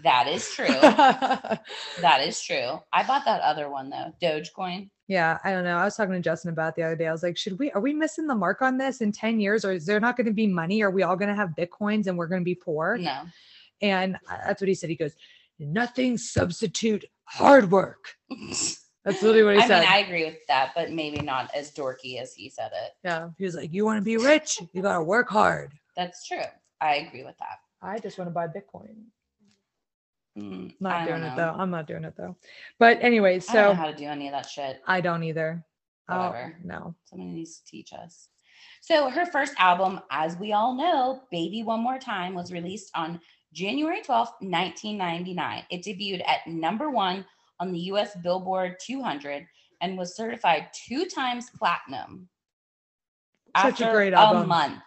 Speaker 1: That is true. That is true. I bought that other one though, Dogecoin.
Speaker 2: yeah, I don't know. I was talking to Justin about it the other day. I was like, should we, are we missing the mark on this in 10 years? Or is there not going to be money? Are we all going to have Bitcoins and we're going to be poor?
Speaker 1: No,
Speaker 2: And I- that's what he said. He goes, nothing substitute hard work. That's literally what he
Speaker 1: I
Speaker 2: said.
Speaker 1: mean, I agree with that, but maybe not as dorky as he said it.
Speaker 2: yeah. He was like, You want to be rich? You got to work hard.
Speaker 1: That's true. I agree with that.
Speaker 2: I just want to buy Bitcoin.
Speaker 1: Mm,
Speaker 2: Not
Speaker 1: I don't
Speaker 2: doing it
Speaker 1: know.
Speaker 2: though. I'm not doing it though. But anyway,
Speaker 1: I don't know
Speaker 2: so
Speaker 1: how to do any of that shit.
Speaker 2: I don't either. Oh,
Speaker 1: Whatever.
Speaker 2: no.
Speaker 1: Somebody needs to teach us. So her first album, as we all know, Baby One More Time, was released on January 12th, 1999. It debuted at number one on the US Billboard 200 and was certified two times platinum.
Speaker 2: Such a
Speaker 1: after
Speaker 2: great album.
Speaker 1: A month.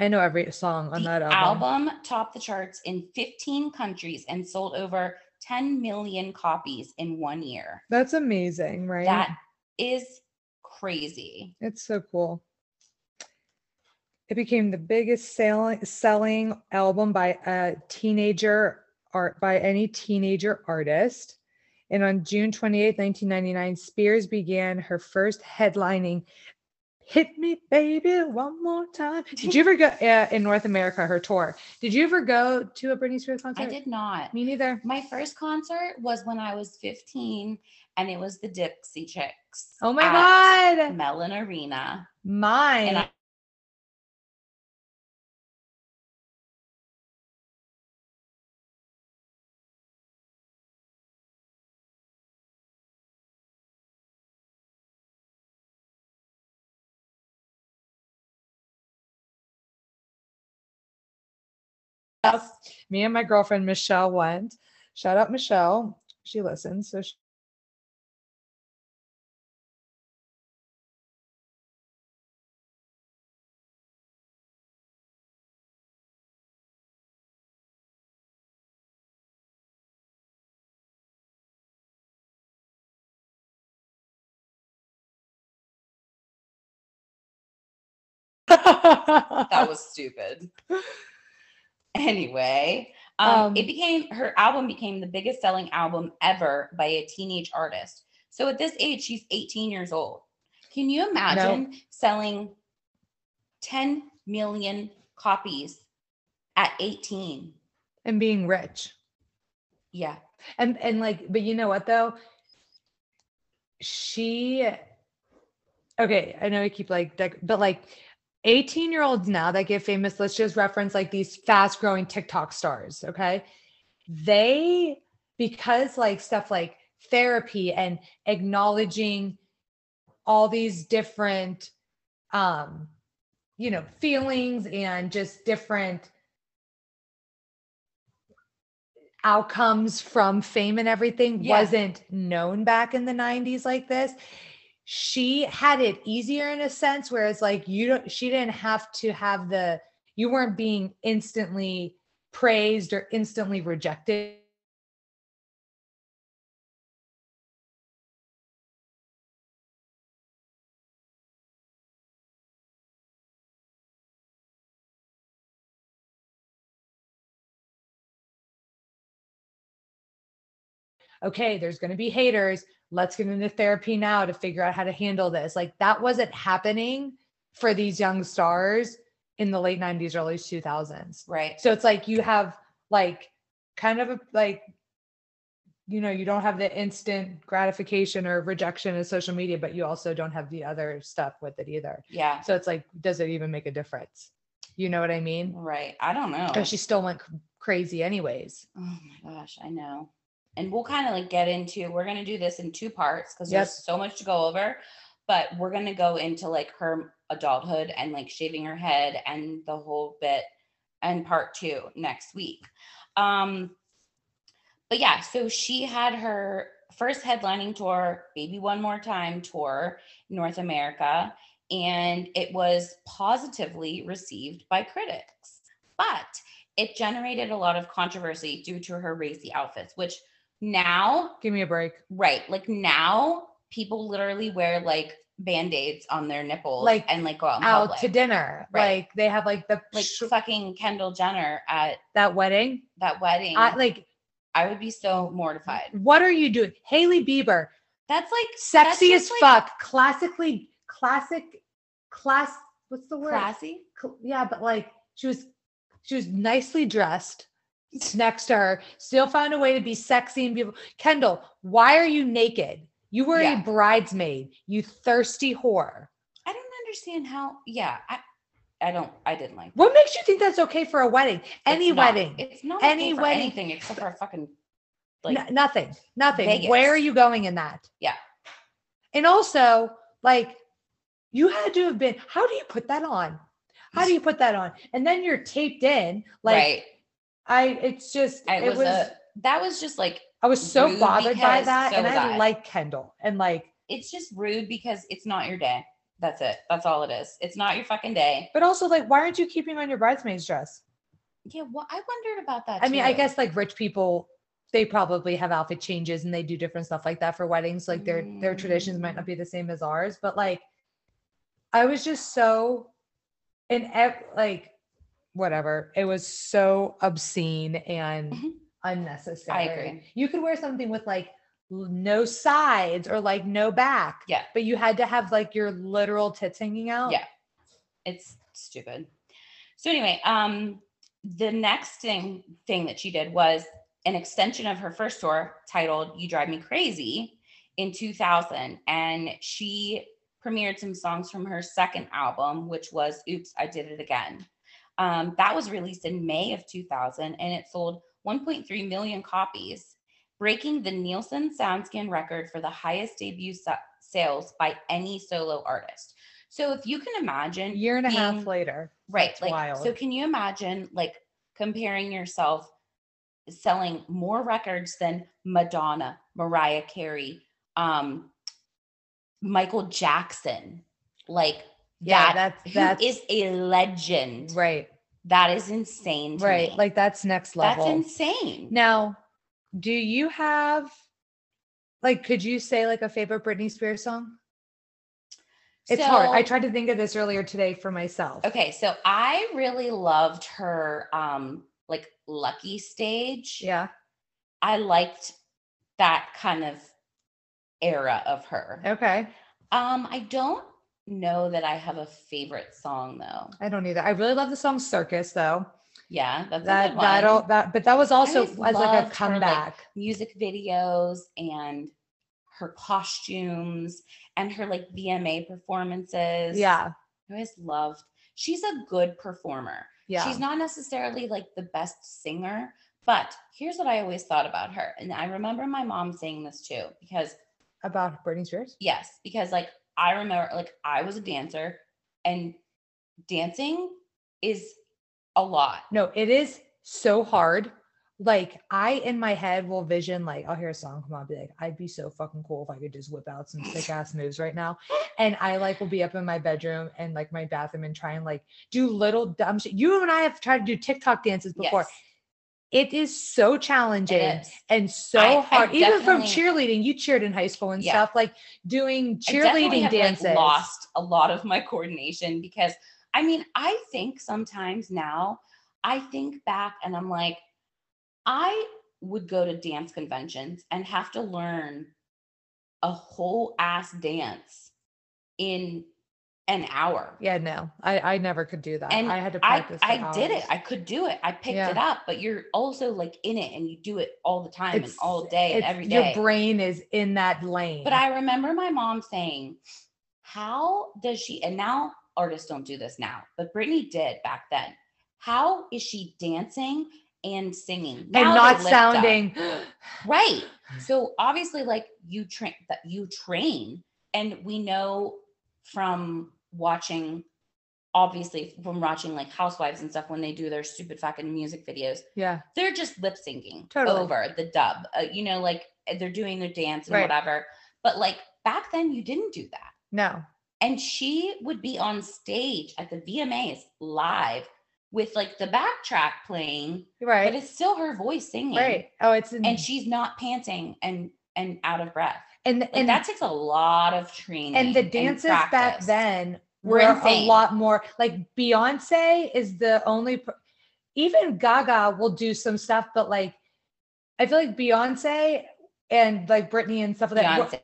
Speaker 2: I know every song on
Speaker 1: the
Speaker 2: that album.
Speaker 1: topped the charts in 15 countries and sold over 10 million copies in one year.
Speaker 2: That's amazing, right?
Speaker 1: That is crazy.
Speaker 2: It's so cool. It became the biggest selling selling album by a teenager art by any teenager artist. And on June 28, 1999, Spears began her first headlining Hit Me Baby One More Time. Did you ever go uh, in North America her tour? Did you ever go to a Britney Spears concert?
Speaker 1: I did not.
Speaker 2: Me neither.
Speaker 1: My first concert was when I was 15 and it was the Dixie Chicks.
Speaker 2: Oh my
Speaker 1: at
Speaker 2: god.
Speaker 1: Mellon Arena.
Speaker 2: Mine.
Speaker 1: And I-
Speaker 2: Yes. Me and my girlfriend Michelle went. Shout out Michelle. She listens. So she-
Speaker 1: That was stupid. Anyway, um,
Speaker 2: Um,
Speaker 1: it became her album became the biggest selling album ever by a teenage artist. So at this age, she's 18 years old. Can you imagine selling 10 million copies at 18?
Speaker 2: and being rich.
Speaker 1: Yeah.
Speaker 2: and and like but you know what though she okay i know i keep like dec- but like 18 year olds now that get famous let's just reference like these fast growing tiktok stars okay they because like stuff like therapy and acknowledging all these different um you know feelings and just different outcomes from fame and everything
Speaker 1: Yeah.
Speaker 2: wasn't known back in the 90s like this she had it easier in a sense whereas like you don't she didn't have to have the you weren't being instantly praised or instantly rejected okay, there's going to be haters. Let's get into therapy now to figure out how to handle this. Like that wasn't happening for these young stars in the late 90s, early 2000s.
Speaker 1: Right.
Speaker 2: So it's like you have like kind of a, like, you know, you don't have the instant gratification or rejection in social media, but you also don't have the other stuff with it either.
Speaker 1: Yeah.
Speaker 2: So it's like, does it even make a difference? You know what I mean?
Speaker 1: Right. I don't know.
Speaker 2: Because she still went c- crazy, anyways.
Speaker 1: Oh my gosh, I know. And we'll kind of like get into, we're going to do this in two parts because
Speaker 2: Yes.
Speaker 1: there's so much to go over, but we're going to go into like her adulthood and like shaving her head and the whole bit and part two next week. Um, but yeah, so she had her first headlining tour, Baby One More Time tour, North America, and it was positively received by critics. But it generated a lot of controversy due to her racy outfits, which now,
Speaker 2: Give me a break.
Speaker 1: right, like now people literally wear like band-aids on their nipples
Speaker 2: Like,
Speaker 1: and like go out in
Speaker 2: out
Speaker 1: public.
Speaker 2: to dinner.
Speaker 1: Right.
Speaker 2: Like they have like the
Speaker 1: like
Speaker 2: sh-
Speaker 1: fucking Kendall Jenner at
Speaker 2: that wedding.
Speaker 1: that wedding.
Speaker 2: I,
Speaker 1: I,
Speaker 2: like
Speaker 1: would be so mortified.
Speaker 2: what are you doing? Haley Bieber,
Speaker 1: That's like
Speaker 2: sexy as
Speaker 1: just, like-
Speaker 2: fuck, classically classic class what's the word?
Speaker 1: classy.
Speaker 2: Cl- yeah, but like she was she was nicely dressed next to her, still found a way to be sexy and beautiful. Kendall, why are you naked? You were
Speaker 1: Yeah.
Speaker 2: a bridesmaid, you thirsty whore.
Speaker 1: I don't understand how. Yeah, I, I don't. I didn't like
Speaker 2: What makes you think that's okay for a wedding? Any
Speaker 1: It's not-
Speaker 2: wedding.
Speaker 1: It's not
Speaker 2: Any
Speaker 1: any for
Speaker 2: wedding.
Speaker 1: anything except for a fucking
Speaker 2: N-
Speaker 1: like
Speaker 2: nothing. Nothing.
Speaker 1: Vegas.
Speaker 2: Where are you going in that?
Speaker 1: Yeah.
Speaker 2: And also, like, you had to have been, how do you put that on? How do you put that on? And then you're taped in. Like,
Speaker 1: right.
Speaker 2: I, it's just,
Speaker 1: It, was,
Speaker 2: I
Speaker 1: a, that was just like
Speaker 2: was so
Speaker 1: rude
Speaker 2: bothered by
Speaker 1: because
Speaker 2: that.
Speaker 1: so
Speaker 2: and
Speaker 1: was
Speaker 2: I,
Speaker 1: I.
Speaker 2: like Kendall. And like,
Speaker 1: it's just rude because it's not your day. That's it. That's all it is. It's not your fucking day.
Speaker 2: but also, like, why aren't you keeping on your bridesmaid's dress?
Speaker 1: Yeah. Well, I wondered about that.
Speaker 2: I mean, I
Speaker 1: too.
Speaker 2: guess like rich people, they probably have outfit changes and they do different stuff like that for weddings. Like their their traditions might not be the same as ours, but like I was just so and ev- like whatever. It was so obscene and
Speaker 1: Mhm.
Speaker 2: unnecessary.
Speaker 1: agree.
Speaker 2: You could wear something with like l- no sides or like no back.
Speaker 1: Yeah.
Speaker 2: But you had to have like your literal tits hanging out.
Speaker 1: Yeah. it's stupid. So anyway, um, the next thing thing that she did was an extension of her first tour titled "You Drive Me Crazy" in 2000, and she premiered some songs from her second album, which was "Oops, I Did It Again." Um, that was released in May of 2000, and it sold 1.3 million copies, breaking the Nielsen SoundScan record for the highest debut sa- sales by any solo artist. So if you can
Speaker 2: A
Speaker 1: imagine,
Speaker 2: year and a half
Speaker 1: being-
Speaker 2: later.
Speaker 1: right
Speaker 2: That's
Speaker 1: like so
Speaker 2: wild.
Speaker 1: can you imagine like comparing yourself selling more records than madonna mariah carey um michael jackson like
Speaker 2: Yeah,
Speaker 1: that
Speaker 2: that's
Speaker 1: who
Speaker 2: that's
Speaker 1: is a legend
Speaker 2: right.
Speaker 1: that is insane to
Speaker 2: Right.
Speaker 1: me.
Speaker 2: Like that's next level.
Speaker 1: that's insane
Speaker 2: Now, do you have like could you say like a favorite Britney Spears song? It's hard. I
Speaker 1: So-
Speaker 2: tried to think of this earlier today for myself.
Speaker 1: okay so i really loved her um like lucky stage
Speaker 2: Yeah.
Speaker 1: i liked that kind of era of her
Speaker 2: Okay.
Speaker 1: Um, I don't know that I have a favorite song though.
Speaker 2: I don't either. I really love the song Circus though.
Speaker 1: Yeah, that's a
Speaker 2: That
Speaker 1: good one.
Speaker 2: that all that but that was also
Speaker 1: always
Speaker 2: as like a
Speaker 1: loved her, like,
Speaker 2: comeback.
Speaker 1: Music videos and her costumes and her like VMA performances.
Speaker 2: yeah.
Speaker 1: I always loved. She's a good performer.
Speaker 2: Yeah.
Speaker 1: She's not necessarily like the best singer, but here's what I always thought about her. And I remember my mom saying this too, because
Speaker 2: About Britney Spears.
Speaker 1: Yes, because like I remember, like I was a dancer, and dancing is a lot.
Speaker 2: No, it is so hard. Like I in my head will vision like I'll hear a song come on, be like, I'd be so fucking cool if I could just whip out some sick ass moves right now. And I like will be up in my bedroom and like my bathroom and try and like do little dumb shit. You and I have tried to do TikTok dances before. It is so
Speaker 1: Yes,
Speaker 2: challenging
Speaker 1: it is.
Speaker 2: and so
Speaker 1: I- I
Speaker 2: hard. Even from
Speaker 1: definitely-
Speaker 2: cheerleading, you cheered in high school and
Speaker 1: Yeah.
Speaker 2: stuff, like doing
Speaker 1: I definitely
Speaker 2: cheerleading
Speaker 1: have, like,
Speaker 2: dances.
Speaker 1: lost a lot of my coordination because I mean, I think sometimes now I think back and I'm like, I would go to dance conventions and have to learn a whole ass dance in an hour.
Speaker 2: Yeah, no, I, I never could do that.
Speaker 1: And
Speaker 2: I had to
Speaker 1: I,
Speaker 2: practice. for
Speaker 1: I did it.
Speaker 2: hours.
Speaker 1: I could do it. I picked it up, but you're also like in it and you do it all the time and
Speaker 2: It's-
Speaker 1: all day and
Speaker 2: It's-
Speaker 1: every
Speaker 2: your
Speaker 1: day.
Speaker 2: brain is in that lane.
Speaker 1: but I remember my mom saying, How does she, and now artists don't do this now, but Britney did back then. How is she dancing and singing
Speaker 2: and
Speaker 1: Now they
Speaker 2: not
Speaker 1: lift up.
Speaker 2: sounding
Speaker 1: right? So obviously, like you train that you train, and we know from watching, obviously from watching like Housewives and stuff when they do their stupid fucking music videos,
Speaker 2: yeah
Speaker 1: they're just lip syncing
Speaker 2: Totally.
Speaker 1: over the dub. Uh, you know, like they're doing their dance and
Speaker 2: Right.
Speaker 1: whatever. But like back then, you didn't do that.
Speaker 2: no
Speaker 1: And she would be on stage at the VMAs live with like the backtrack playing, but
Speaker 2: right
Speaker 1: it's still her voice singing
Speaker 2: right oh it's in,
Speaker 1: and she's not panting and and out of breath.
Speaker 2: and
Speaker 1: Like
Speaker 2: and
Speaker 1: that takes a lot of training.
Speaker 2: and the dances back
Speaker 1: practice.
Speaker 2: then
Speaker 1: Were
Speaker 2: were a
Speaker 1: insane.
Speaker 2: lot more like Beyonce is the only per- even Gaga will do some stuff but like I feel like Beyonce and like Britney and stuff like that were-
Speaker 1: Beyonce.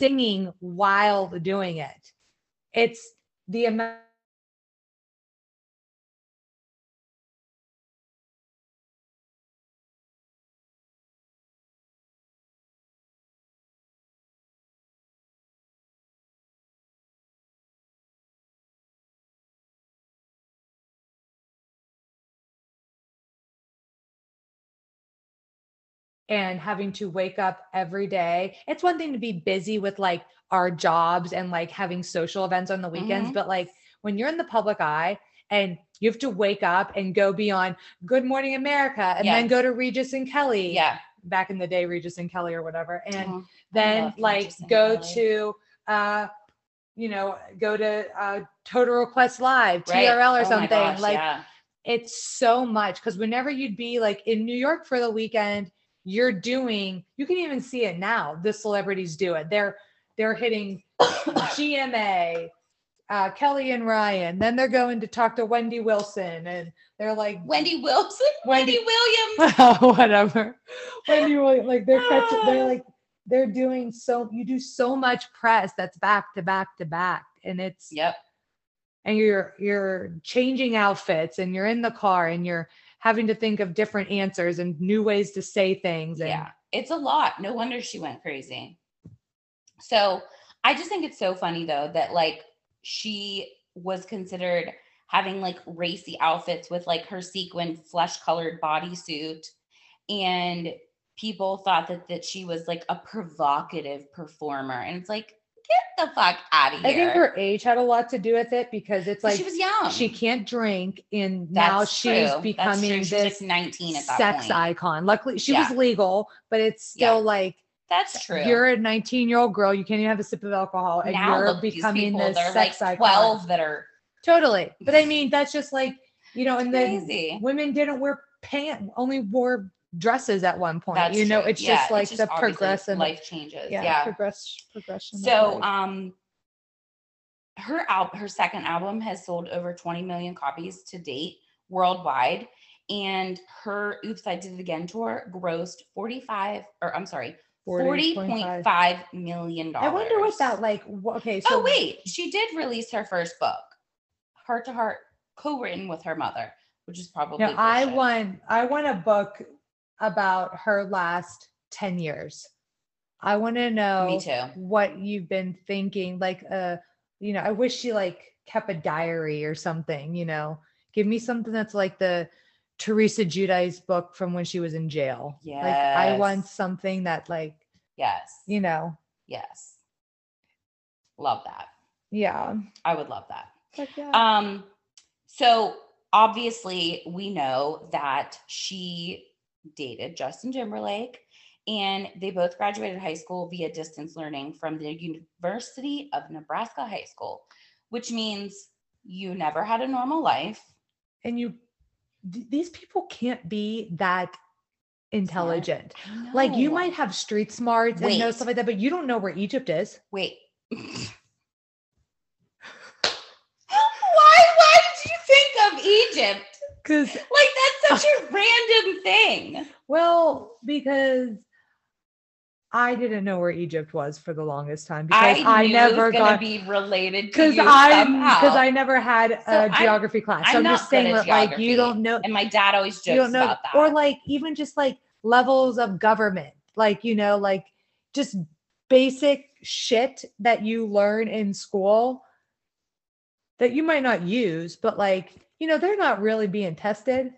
Speaker 2: singing while doing it. It's the amount. and having to wake up every day. It's one thing to be busy with like our jobs and like having social events on the weekends,
Speaker 1: Mhm.
Speaker 2: but like when you're in the public eye and you have to wake up and go beyond Good Morning America and then
Speaker 1: Yes.
Speaker 2: go to Regis and Kelly
Speaker 1: Yeah.
Speaker 2: back in the day, Regis and Kelly or whatever, and
Speaker 1: Oh,
Speaker 2: then
Speaker 1: love
Speaker 2: like
Speaker 1: Regis and
Speaker 2: go
Speaker 1: Kelly.
Speaker 2: to, uh, you know, go to uh, Total Request Live,
Speaker 1: right.
Speaker 2: TRL or
Speaker 1: Oh my
Speaker 2: something.
Speaker 1: gosh,
Speaker 2: like
Speaker 1: yeah.
Speaker 2: it's so much because whenever you'd be like in New York for the weekend, you're doing you can even see it now. The celebrities do it. They're they're hitting GMA, uh, Kelly and Ryan. Then they're going to talk to Wendy Wilson, and they're like
Speaker 1: Wendy Wilson, Wendy
Speaker 2: Wendy,
Speaker 1: Williams.
Speaker 2: whatever. Wendy Wilson, like they're catching,
Speaker 1: Ah.
Speaker 2: they're like they're doing so. You do so much press that's back to back to back, and it's
Speaker 1: Yep.
Speaker 2: and you're you're changing outfits and you're in the car and you're having to think of different answers and new ways to say things and
Speaker 1: Yeah. It's a lot. No wonder she went crazy. So I just think it's so funny though that like she was considered having like racy outfits with like her sequin flesh colored bodysuit. And people thought that that she was like a provocative performer. And it's like, get the fuck out of here.
Speaker 2: i think her age had a lot to do with it because it's
Speaker 1: But
Speaker 2: like
Speaker 1: she
Speaker 2: she,
Speaker 1: was young.
Speaker 2: can't drink and
Speaker 1: That's
Speaker 2: now she's
Speaker 1: true. That's
Speaker 2: becoming
Speaker 1: true. She was, like,
Speaker 2: this
Speaker 1: 19 at that
Speaker 2: sex
Speaker 1: point.
Speaker 2: icon luckily she
Speaker 1: Yeah.
Speaker 2: was legal but it's still
Speaker 1: Yeah.
Speaker 2: like
Speaker 1: That's true.
Speaker 2: you're a 19 year old girl you can't even have a sip of alcohol and
Speaker 1: now
Speaker 2: you're
Speaker 1: look, these
Speaker 2: becoming
Speaker 1: people,
Speaker 2: this
Speaker 1: they're
Speaker 2: sex
Speaker 1: like
Speaker 2: icon
Speaker 1: 12 that are
Speaker 2: totally but i mean that's just like you know and then
Speaker 1: crazy.
Speaker 2: women didn't wear pants, only wore dresses at one point.
Speaker 1: That's
Speaker 2: you know,
Speaker 1: true.
Speaker 2: it's
Speaker 1: Yeah,
Speaker 2: just like the
Speaker 1: obviously
Speaker 2: progressive
Speaker 1: life changes.
Speaker 2: Yeah,
Speaker 1: Yeah.
Speaker 2: progress progression. of
Speaker 1: So,
Speaker 2: life.
Speaker 1: um, her out her second album has sold over 20 million copies to date worldwide, and her "Oops, I Did It Again" tour grossed 45 or I'm sorry,
Speaker 2: 40.5.
Speaker 1: 40.5 million dollars.
Speaker 2: I wonder what that like. wh- Okay, so
Speaker 1: oh wait, she did release her first book, Heart to Heart, co-written with her mother, which is probably.
Speaker 2: No, I
Speaker 1: bullshit.
Speaker 2: want I want a book about her last ten years. I want to know
Speaker 1: Me too.
Speaker 2: what you've been thinking. Like, uh, you know, I wish she like kept a diary or something. You know, give me something that's like the Teresa Judice book from when she was in jail. like I want
Speaker 1: Yes.
Speaker 2: something that like
Speaker 1: Yes.
Speaker 2: you know,
Speaker 1: Yes. Love that.
Speaker 2: yeah.
Speaker 1: I would love that.
Speaker 2: Like, yeah.
Speaker 1: Um, so obviously we know that she dated Justin Timberlake and they both graduated high school via distance learning from the University of Nebraska High School, which means you never had a normal life.
Speaker 2: and you, th- these people can't be that intelligent. Like you
Speaker 1: No.
Speaker 2: might have street smarts and know
Speaker 1: Wait.
Speaker 2: stuff like that, but you don't know where Egypt is.
Speaker 1: wait. why why did you think of Egypt?
Speaker 2: Cause
Speaker 1: Like that's such a random thing.
Speaker 2: well, because I didn't know where Egypt was for the longest time because I,
Speaker 1: knew it
Speaker 2: never
Speaker 1: was gonna
Speaker 2: got
Speaker 1: be related to
Speaker 2: because
Speaker 1: you
Speaker 2: I
Speaker 1: somehow.
Speaker 2: because I never had a
Speaker 1: I'm-
Speaker 2: geography class.
Speaker 1: I'm
Speaker 2: So I'm,
Speaker 1: not
Speaker 2: just
Speaker 1: good
Speaker 2: saying
Speaker 1: at
Speaker 2: that like
Speaker 1: geography.
Speaker 2: you don't know
Speaker 1: and my dad always jokes
Speaker 2: you don't know
Speaker 1: about that.
Speaker 2: or like even just like levels of government like you know like just basic shit that you learn in school that you might not use but like you know they're not really being tested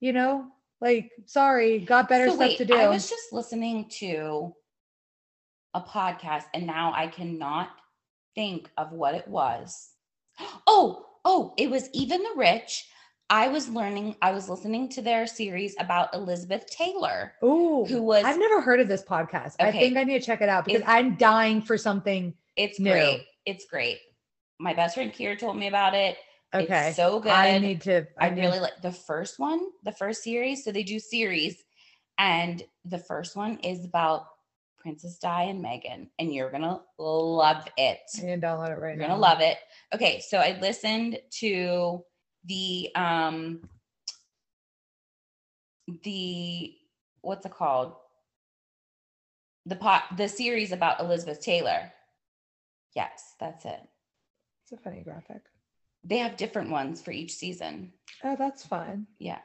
Speaker 2: you know like sorry got better
Speaker 1: So
Speaker 2: stuff
Speaker 1: wait,
Speaker 2: to do
Speaker 1: I was just listening to a podcast and now I cannot think of what it was. Oh, oh, it was even the rich. I was learning, I was listening to their series about Elizabeth Taylor,
Speaker 2: Ooh,
Speaker 1: who was
Speaker 2: i've never heard of this podcast i
Speaker 1: Okay.
Speaker 2: think i need to check it out because
Speaker 1: It's-
Speaker 2: i'm dying for something
Speaker 1: it's
Speaker 2: No.
Speaker 1: great. It's great. My best friend Kira told me about it.
Speaker 2: okay
Speaker 1: It's so good.
Speaker 2: i need to i,
Speaker 1: I
Speaker 2: need-
Speaker 1: really like the first one, the first series. So they do series, and the first one is about Princess Di and Megan, and you're gonna love it.
Speaker 2: I need to download it right
Speaker 1: You're
Speaker 2: now
Speaker 1: gonna love it. Okay, so I listened to the um the what's it called? The pot the series about Elizabeth Taylor. Yes, that's it.
Speaker 2: It's a funny graphic.
Speaker 1: They have different ones for each season.
Speaker 2: Oh, that's fun.
Speaker 1: Yeah.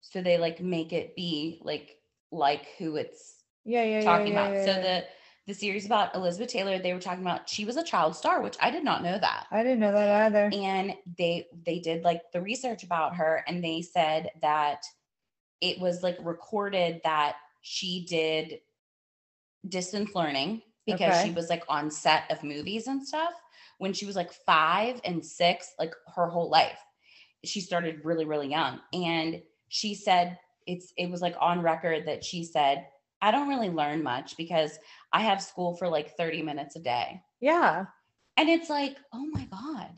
Speaker 1: So they like make it be like like who it's
Speaker 2: Yeah, yeah, yeah,
Speaker 1: talking
Speaker 2: yeah,
Speaker 1: about.
Speaker 2: yeah,
Speaker 1: So
Speaker 2: yeah.
Speaker 1: the the series about Elizabeth Taylor, they were talking about she was a child star, which I did not know that.
Speaker 2: I didn't know that either.
Speaker 1: and they they did like the research about her and they said that it was like recorded that she did distance learning because
Speaker 2: Okay.
Speaker 1: she was like on set of movies and stuff when she was like 5 and 6 like her whole life she started really really young and she said it's it was like on record that she said I don't really learn much because I have school for like 30 minutes a day
Speaker 2: Yeah,
Speaker 1: and it's like oh my god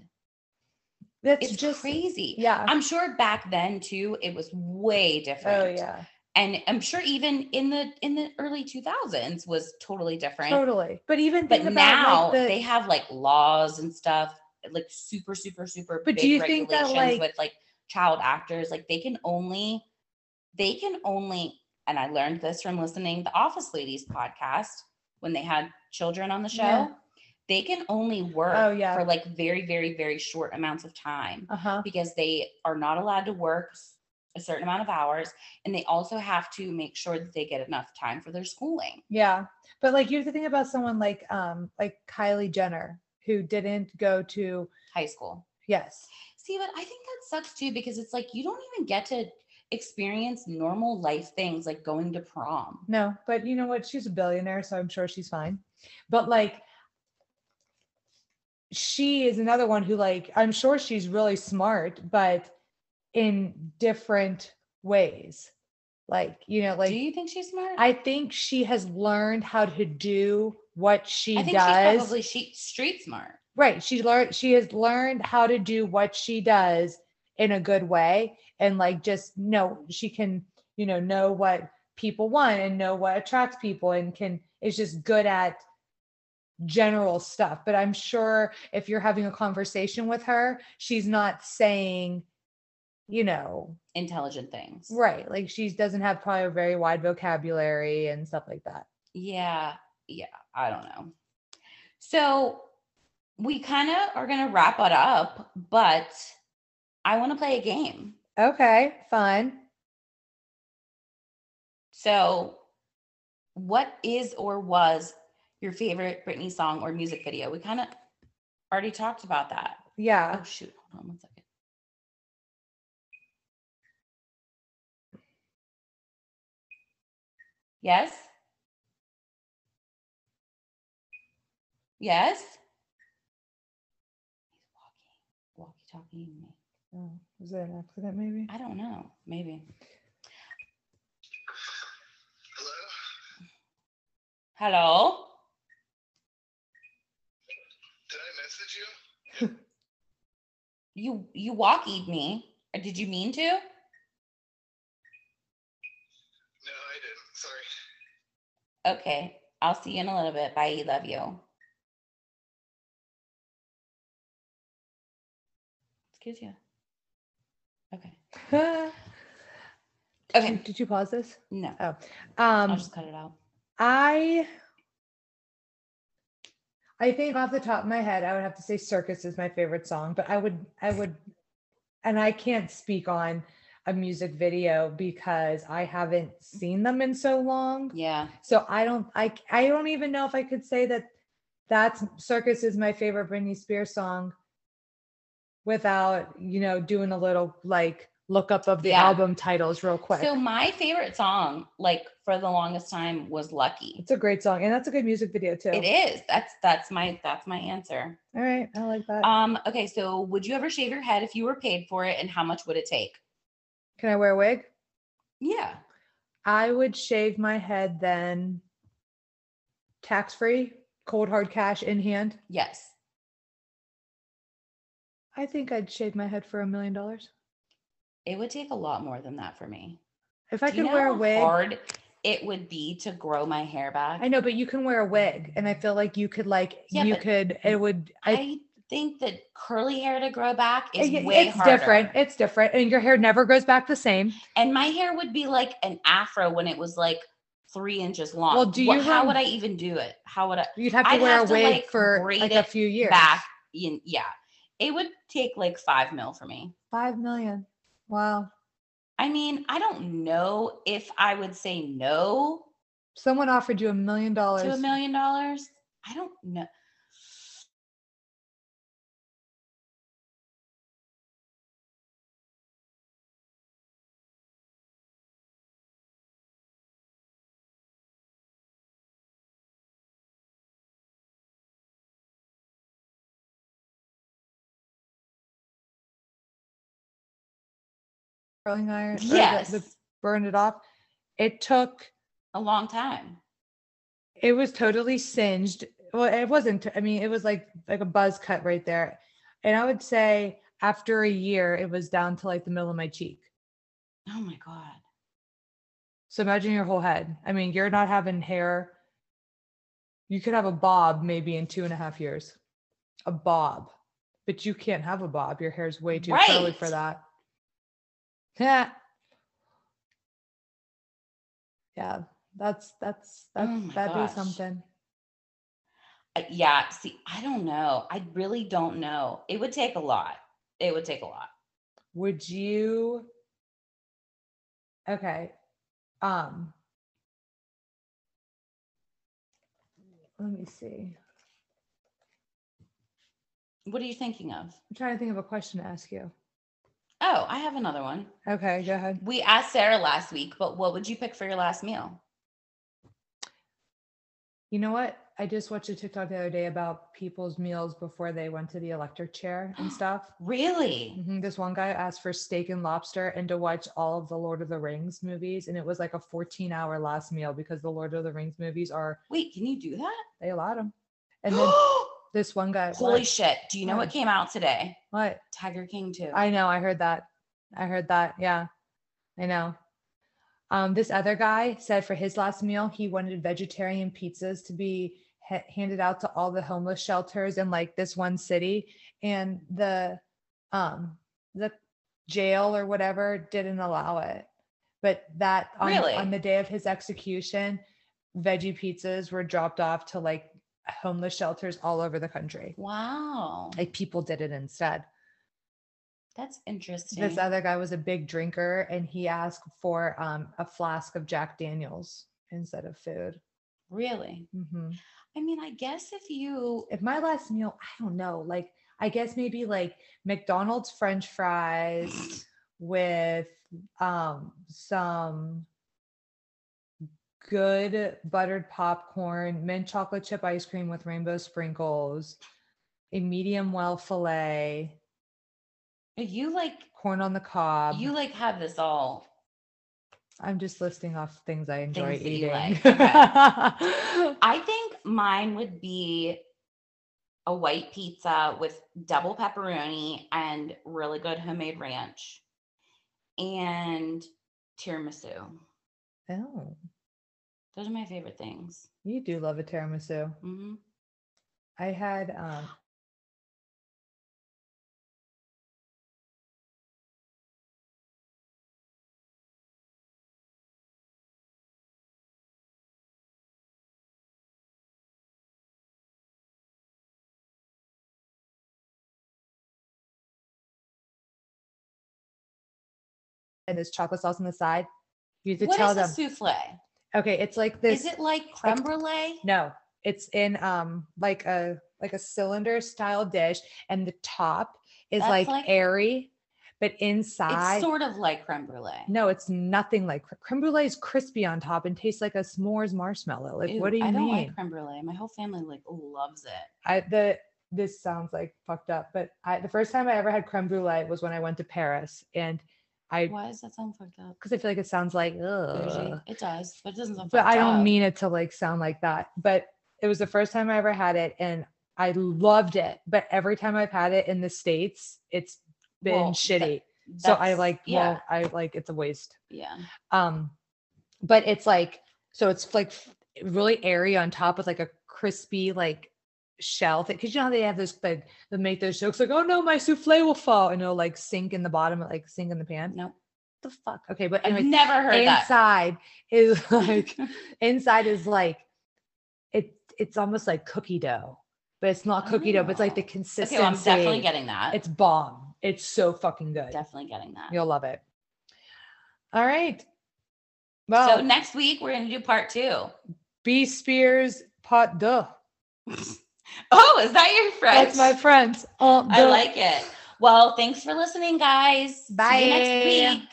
Speaker 2: that's
Speaker 1: it's
Speaker 2: just
Speaker 1: crazy.
Speaker 2: yeah.
Speaker 1: I'm sure back then too, it was way different.
Speaker 2: oh yeah,
Speaker 1: and I'm sure even in the in the early 2000s was totally different.
Speaker 2: totally. But even
Speaker 1: But
Speaker 2: think about, like,
Speaker 1: now
Speaker 2: the-
Speaker 1: they have like laws and stuff, like super, super, super.
Speaker 2: But do
Speaker 1: big
Speaker 2: you think that,
Speaker 1: regulations
Speaker 2: like-
Speaker 1: with like child actors, like they can only, they can only, and I learned this from listening the Office Ladies podcast when they had children on the show.
Speaker 2: Yeah.
Speaker 1: They can only work
Speaker 2: Oh, yeah.
Speaker 1: for like very, very, very short amounts of time
Speaker 2: uh huh.
Speaker 1: because they are not allowed to work s- a certain amount of hours and they also have to make sure that they get enough time for their schooling.
Speaker 2: Yeah. But like you have to think about someone like um like Kylie Jenner who didn't go to
Speaker 1: High school.
Speaker 2: yes.
Speaker 1: See, but I think that sucks too because it's like you don't even get to experience normal life things like going to prom.
Speaker 2: No, but you know what? She's a billionaire, so I'm sure she's fine. But like she is another one who like I'm sure she's really smart, but in different ways. Like, you know,
Speaker 1: Do
Speaker 2: like
Speaker 1: you think she's smart?
Speaker 2: I think she has learned how to do what she
Speaker 1: I think
Speaker 2: does.
Speaker 1: she's probably she, street smart.
Speaker 2: Right. She learned she has learned how to do what she does in a good way and like just know she can, you know, know what people want and know what attracts people and can is just good at general stuff. But I'm sure if you're having a conversation with her, she's not saying, you know,
Speaker 1: Intelligent things.
Speaker 2: right. Like she doesn't have probably a very wide vocabulary and stuff like that.
Speaker 1: Yeah. Yeah. I don't know. So we kind of are going to wrap it up, but I want to play a game.
Speaker 2: Okay, fun.
Speaker 1: So, what is or was your favorite Britney song or music video? We kind of already talked about that.
Speaker 2: Yeah.
Speaker 1: Oh shoot! Hold on one second. Yes. Yes. He's walking, walkie-talkie. me.
Speaker 2: Oh, was it an accident maybe?
Speaker 1: I don't know. Maybe.
Speaker 3: Hello?
Speaker 1: Hello.
Speaker 3: Did I message you?
Speaker 1: You you walkied me. Or did you mean to?
Speaker 3: No, I didn't. Sorry.
Speaker 1: Okay. I'll see you in a little bit. Bye. Love you. Excuse you. Okay.
Speaker 2: Did you-
Speaker 1: Okay.
Speaker 2: Did you pause this?
Speaker 1: No, I'll
Speaker 2: Um,
Speaker 1: just cut it out.
Speaker 2: I, I think off the top of my head, I would have to say "Circus" is my favorite song, but I would, I would, and I can't speak on a music video because I haven't seen them in so long.
Speaker 1: Yeah.
Speaker 2: So I don't, I, I don't even know if I could say that that's "Circus" is my favorite Britney Spears song without you know doing a little like lookup of the
Speaker 1: Yeah.
Speaker 2: album titles real quick.
Speaker 1: So my favorite song, like for the longest time, was Lucky.
Speaker 2: It's a great song, and that's a good music video too.
Speaker 1: It is. That's that's my that's my answer.
Speaker 2: All right, I like that.
Speaker 1: Um, okay, so would you ever shave your head if you were paid for it and how much would it take?
Speaker 2: Can I wear a wig?
Speaker 1: Yeah.
Speaker 2: I would shave my head then, tax free, cold hard cash in hand.
Speaker 1: Yes.
Speaker 2: I think I'd shave my head for a million dollars
Speaker 1: It would take a lot more than that for me.
Speaker 2: if I
Speaker 1: Do you
Speaker 2: could
Speaker 1: know
Speaker 2: wear a
Speaker 1: how
Speaker 2: wig.
Speaker 1: Hard it would be to grow my hair back.
Speaker 2: I know, but you can wear a wig, and I feel like you could like
Speaker 1: Yeah,
Speaker 2: you
Speaker 1: but
Speaker 2: could. It would.
Speaker 1: I,
Speaker 2: I.
Speaker 1: think that curly hair to grow back is
Speaker 2: it-
Speaker 1: way
Speaker 2: it's
Speaker 1: harder.
Speaker 2: different. It's different, and your hair never grows back the same.
Speaker 1: And my hair would be like an afro when it was like three inches long.
Speaker 2: Well, do
Speaker 1: What-
Speaker 2: you
Speaker 1: how
Speaker 2: rem-
Speaker 1: would I even do it? How would I?
Speaker 2: You'd have to
Speaker 1: I'd
Speaker 2: wear
Speaker 1: have
Speaker 2: a
Speaker 1: to,
Speaker 2: wig
Speaker 1: like,
Speaker 2: for
Speaker 1: braid
Speaker 2: like a
Speaker 1: it
Speaker 2: few years.
Speaker 1: Back. in- Yeah. It would take like five mil for me.
Speaker 2: Five million. Wow.
Speaker 1: I mean, I don't know if I would say no
Speaker 2: Someone offered you a million dollars.
Speaker 1: to a million dollars. I don't know.
Speaker 2: curling iron. or the-
Speaker 1: Yes.
Speaker 2: The, burned it off. It took
Speaker 1: a long time.
Speaker 2: It was totally singed. Well, it wasn't. I mean, it was like like a buzz cut right there. And I would say after a year, it was down to like the middle of my cheek.
Speaker 1: Oh my God.
Speaker 2: So imagine your whole head. I mean, you're not having hair. You could have a bob maybe in two and a half years, a bob, but you can't have a bob. Your hair's way too curly for that. Yeah. Yeah, that's that's
Speaker 1: Oh
Speaker 2: that's
Speaker 1: my
Speaker 2: that'd
Speaker 1: gosh.
Speaker 2: be something.
Speaker 1: Uh, Yeah. See, I don't know. I really don't know. It would take a lot. It would take a lot.
Speaker 2: would you okay um let me see
Speaker 1: What are you thinking of?
Speaker 2: i'm trying to think of a question to ask you
Speaker 1: Oh, I have another one.
Speaker 2: okay go ahead
Speaker 1: We asked Sarah last week, but what would you pick for your last meal?
Speaker 2: you know what i just watched a tiktok the other day about people's meals before they went to the electric chair and stuff
Speaker 1: Really?
Speaker 2: Mhm, this one guy asked for steak and lobster and to watch all of the lord of the rings movies and it was like a 14 hour last meal because the lord of the rings movies are
Speaker 1: Wait, can you do that?
Speaker 2: they allowed them and then this one guy
Speaker 1: Holy
Speaker 2: what?
Speaker 1: shit. Do you know what
Speaker 2: What?
Speaker 1: came out today?
Speaker 2: what
Speaker 1: Tiger King 2.
Speaker 2: I know. I heard that. I heard that. Yeah, I know. Um, this other guy said for his last meal, he wanted vegetarian pizzas to be ha- handed out to all the homeless shelters in like this one city, and the um the jail or whatever didn't allow it. But that on,
Speaker 1: Really?
Speaker 2: on the day of his execution, veggie pizzas were dropped off to like homeless shelters all over the country.
Speaker 1: wow.
Speaker 2: Like people did it instead
Speaker 1: That's interesting.
Speaker 2: this uh, other guy was a big drinker and he asked for um, a flask of Jack Daniels instead of food.
Speaker 1: really?
Speaker 2: Mhm.
Speaker 1: I mean, I guess if you
Speaker 2: If my last meal, I don't know, like I guess maybe like McDonald's French fries with um, some good buttered popcorn, mint chocolate chip ice cream with rainbow sprinkles, a medium well filet,
Speaker 1: you like
Speaker 2: corn on the cob.
Speaker 1: you like have this all
Speaker 2: I'm just listing off things I enjoy
Speaker 1: Things that you
Speaker 2: eating.
Speaker 1: like, I think mine would be a white pizza with double pepperoni and really good homemade ranch and tiramisu.
Speaker 2: oh,
Speaker 1: Those are my favorite things.
Speaker 2: you do love a tiramisu.
Speaker 1: hmm
Speaker 2: I had um and there's chocolate sauce on the side. You have to
Speaker 1: What
Speaker 2: tell
Speaker 1: is a
Speaker 2: them.
Speaker 1: souffle?
Speaker 2: okay, it's like this.
Speaker 1: is it like creme brulee?
Speaker 2: No, it's in um like a like a cylinder style dish, and the top is
Speaker 1: That's
Speaker 2: like,
Speaker 1: like-
Speaker 2: airy, but inside.
Speaker 1: It's sort of like creme brulee.
Speaker 2: no, it's nothing like cre- creme brulee is crispy on top and tastes like a s'mores marshmallow. Like, what do
Speaker 1: Ew,
Speaker 2: you
Speaker 1: I don't
Speaker 2: mean?
Speaker 1: like creme brulee. My whole family like loves it.
Speaker 2: I the this sounds like fucked up, but I the first time I ever had creme brulee was when I went to Paris, and I
Speaker 1: Why does that sound fucked up?
Speaker 2: because I feel like it sounds like
Speaker 1: Bougie.
Speaker 2: ugh.
Speaker 1: It does, but it doesn't sound.
Speaker 2: uh, but
Speaker 1: fucked
Speaker 2: I don't
Speaker 1: up.
Speaker 2: mean it to like sound like that. But it was the first time I ever had it, and I loved it. But every time I've had it in the states, it's been
Speaker 1: Well, that-
Speaker 2: shitty. so I
Speaker 1: That's-
Speaker 2: like,
Speaker 1: Yeah,
Speaker 2: well, I like it's a waste.
Speaker 1: yeah.
Speaker 2: Um, but it's like, so it's like f- really airy on top with like a crispy like shell thing. Cause you know how they have those like they make those jokes like, oh no, my souffle will fall, and it'll like sink in the bottom, like sink in the pan.
Speaker 1: Nope.
Speaker 2: the fuck? Okay, but anyways,
Speaker 1: I've never heard that.
Speaker 2: inside is like inside is like it it's almost like cookie dough, but it's not cookie dough, but it's like the
Speaker 1: Oh.
Speaker 2: consistency.
Speaker 1: Okay, well, I'm definitely getting that.
Speaker 2: it's bomb. It's so fucking good.
Speaker 1: definitely getting that.
Speaker 2: You'll love it. All right. Well,
Speaker 1: So next week we're gonna do part two.
Speaker 2: B Spears pot de.
Speaker 1: Oh, is that your French?
Speaker 2: That's my friends. Oh,
Speaker 1: I like it. Well, thanks for listening, guys. See you
Speaker 2: Bye.
Speaker 1: next week.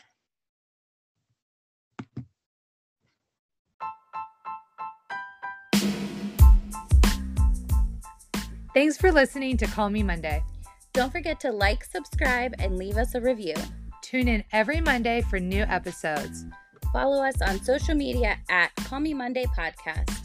Speaker 2: Thanks for listening to Call Me Monday.
Speaker 1: Don't forget to like, subscribe, and leave us a review.
Speaker 2: Tune in every Monday for new episodes.
Speaker 1: Follow us on social media at Call Me Monday Podcast.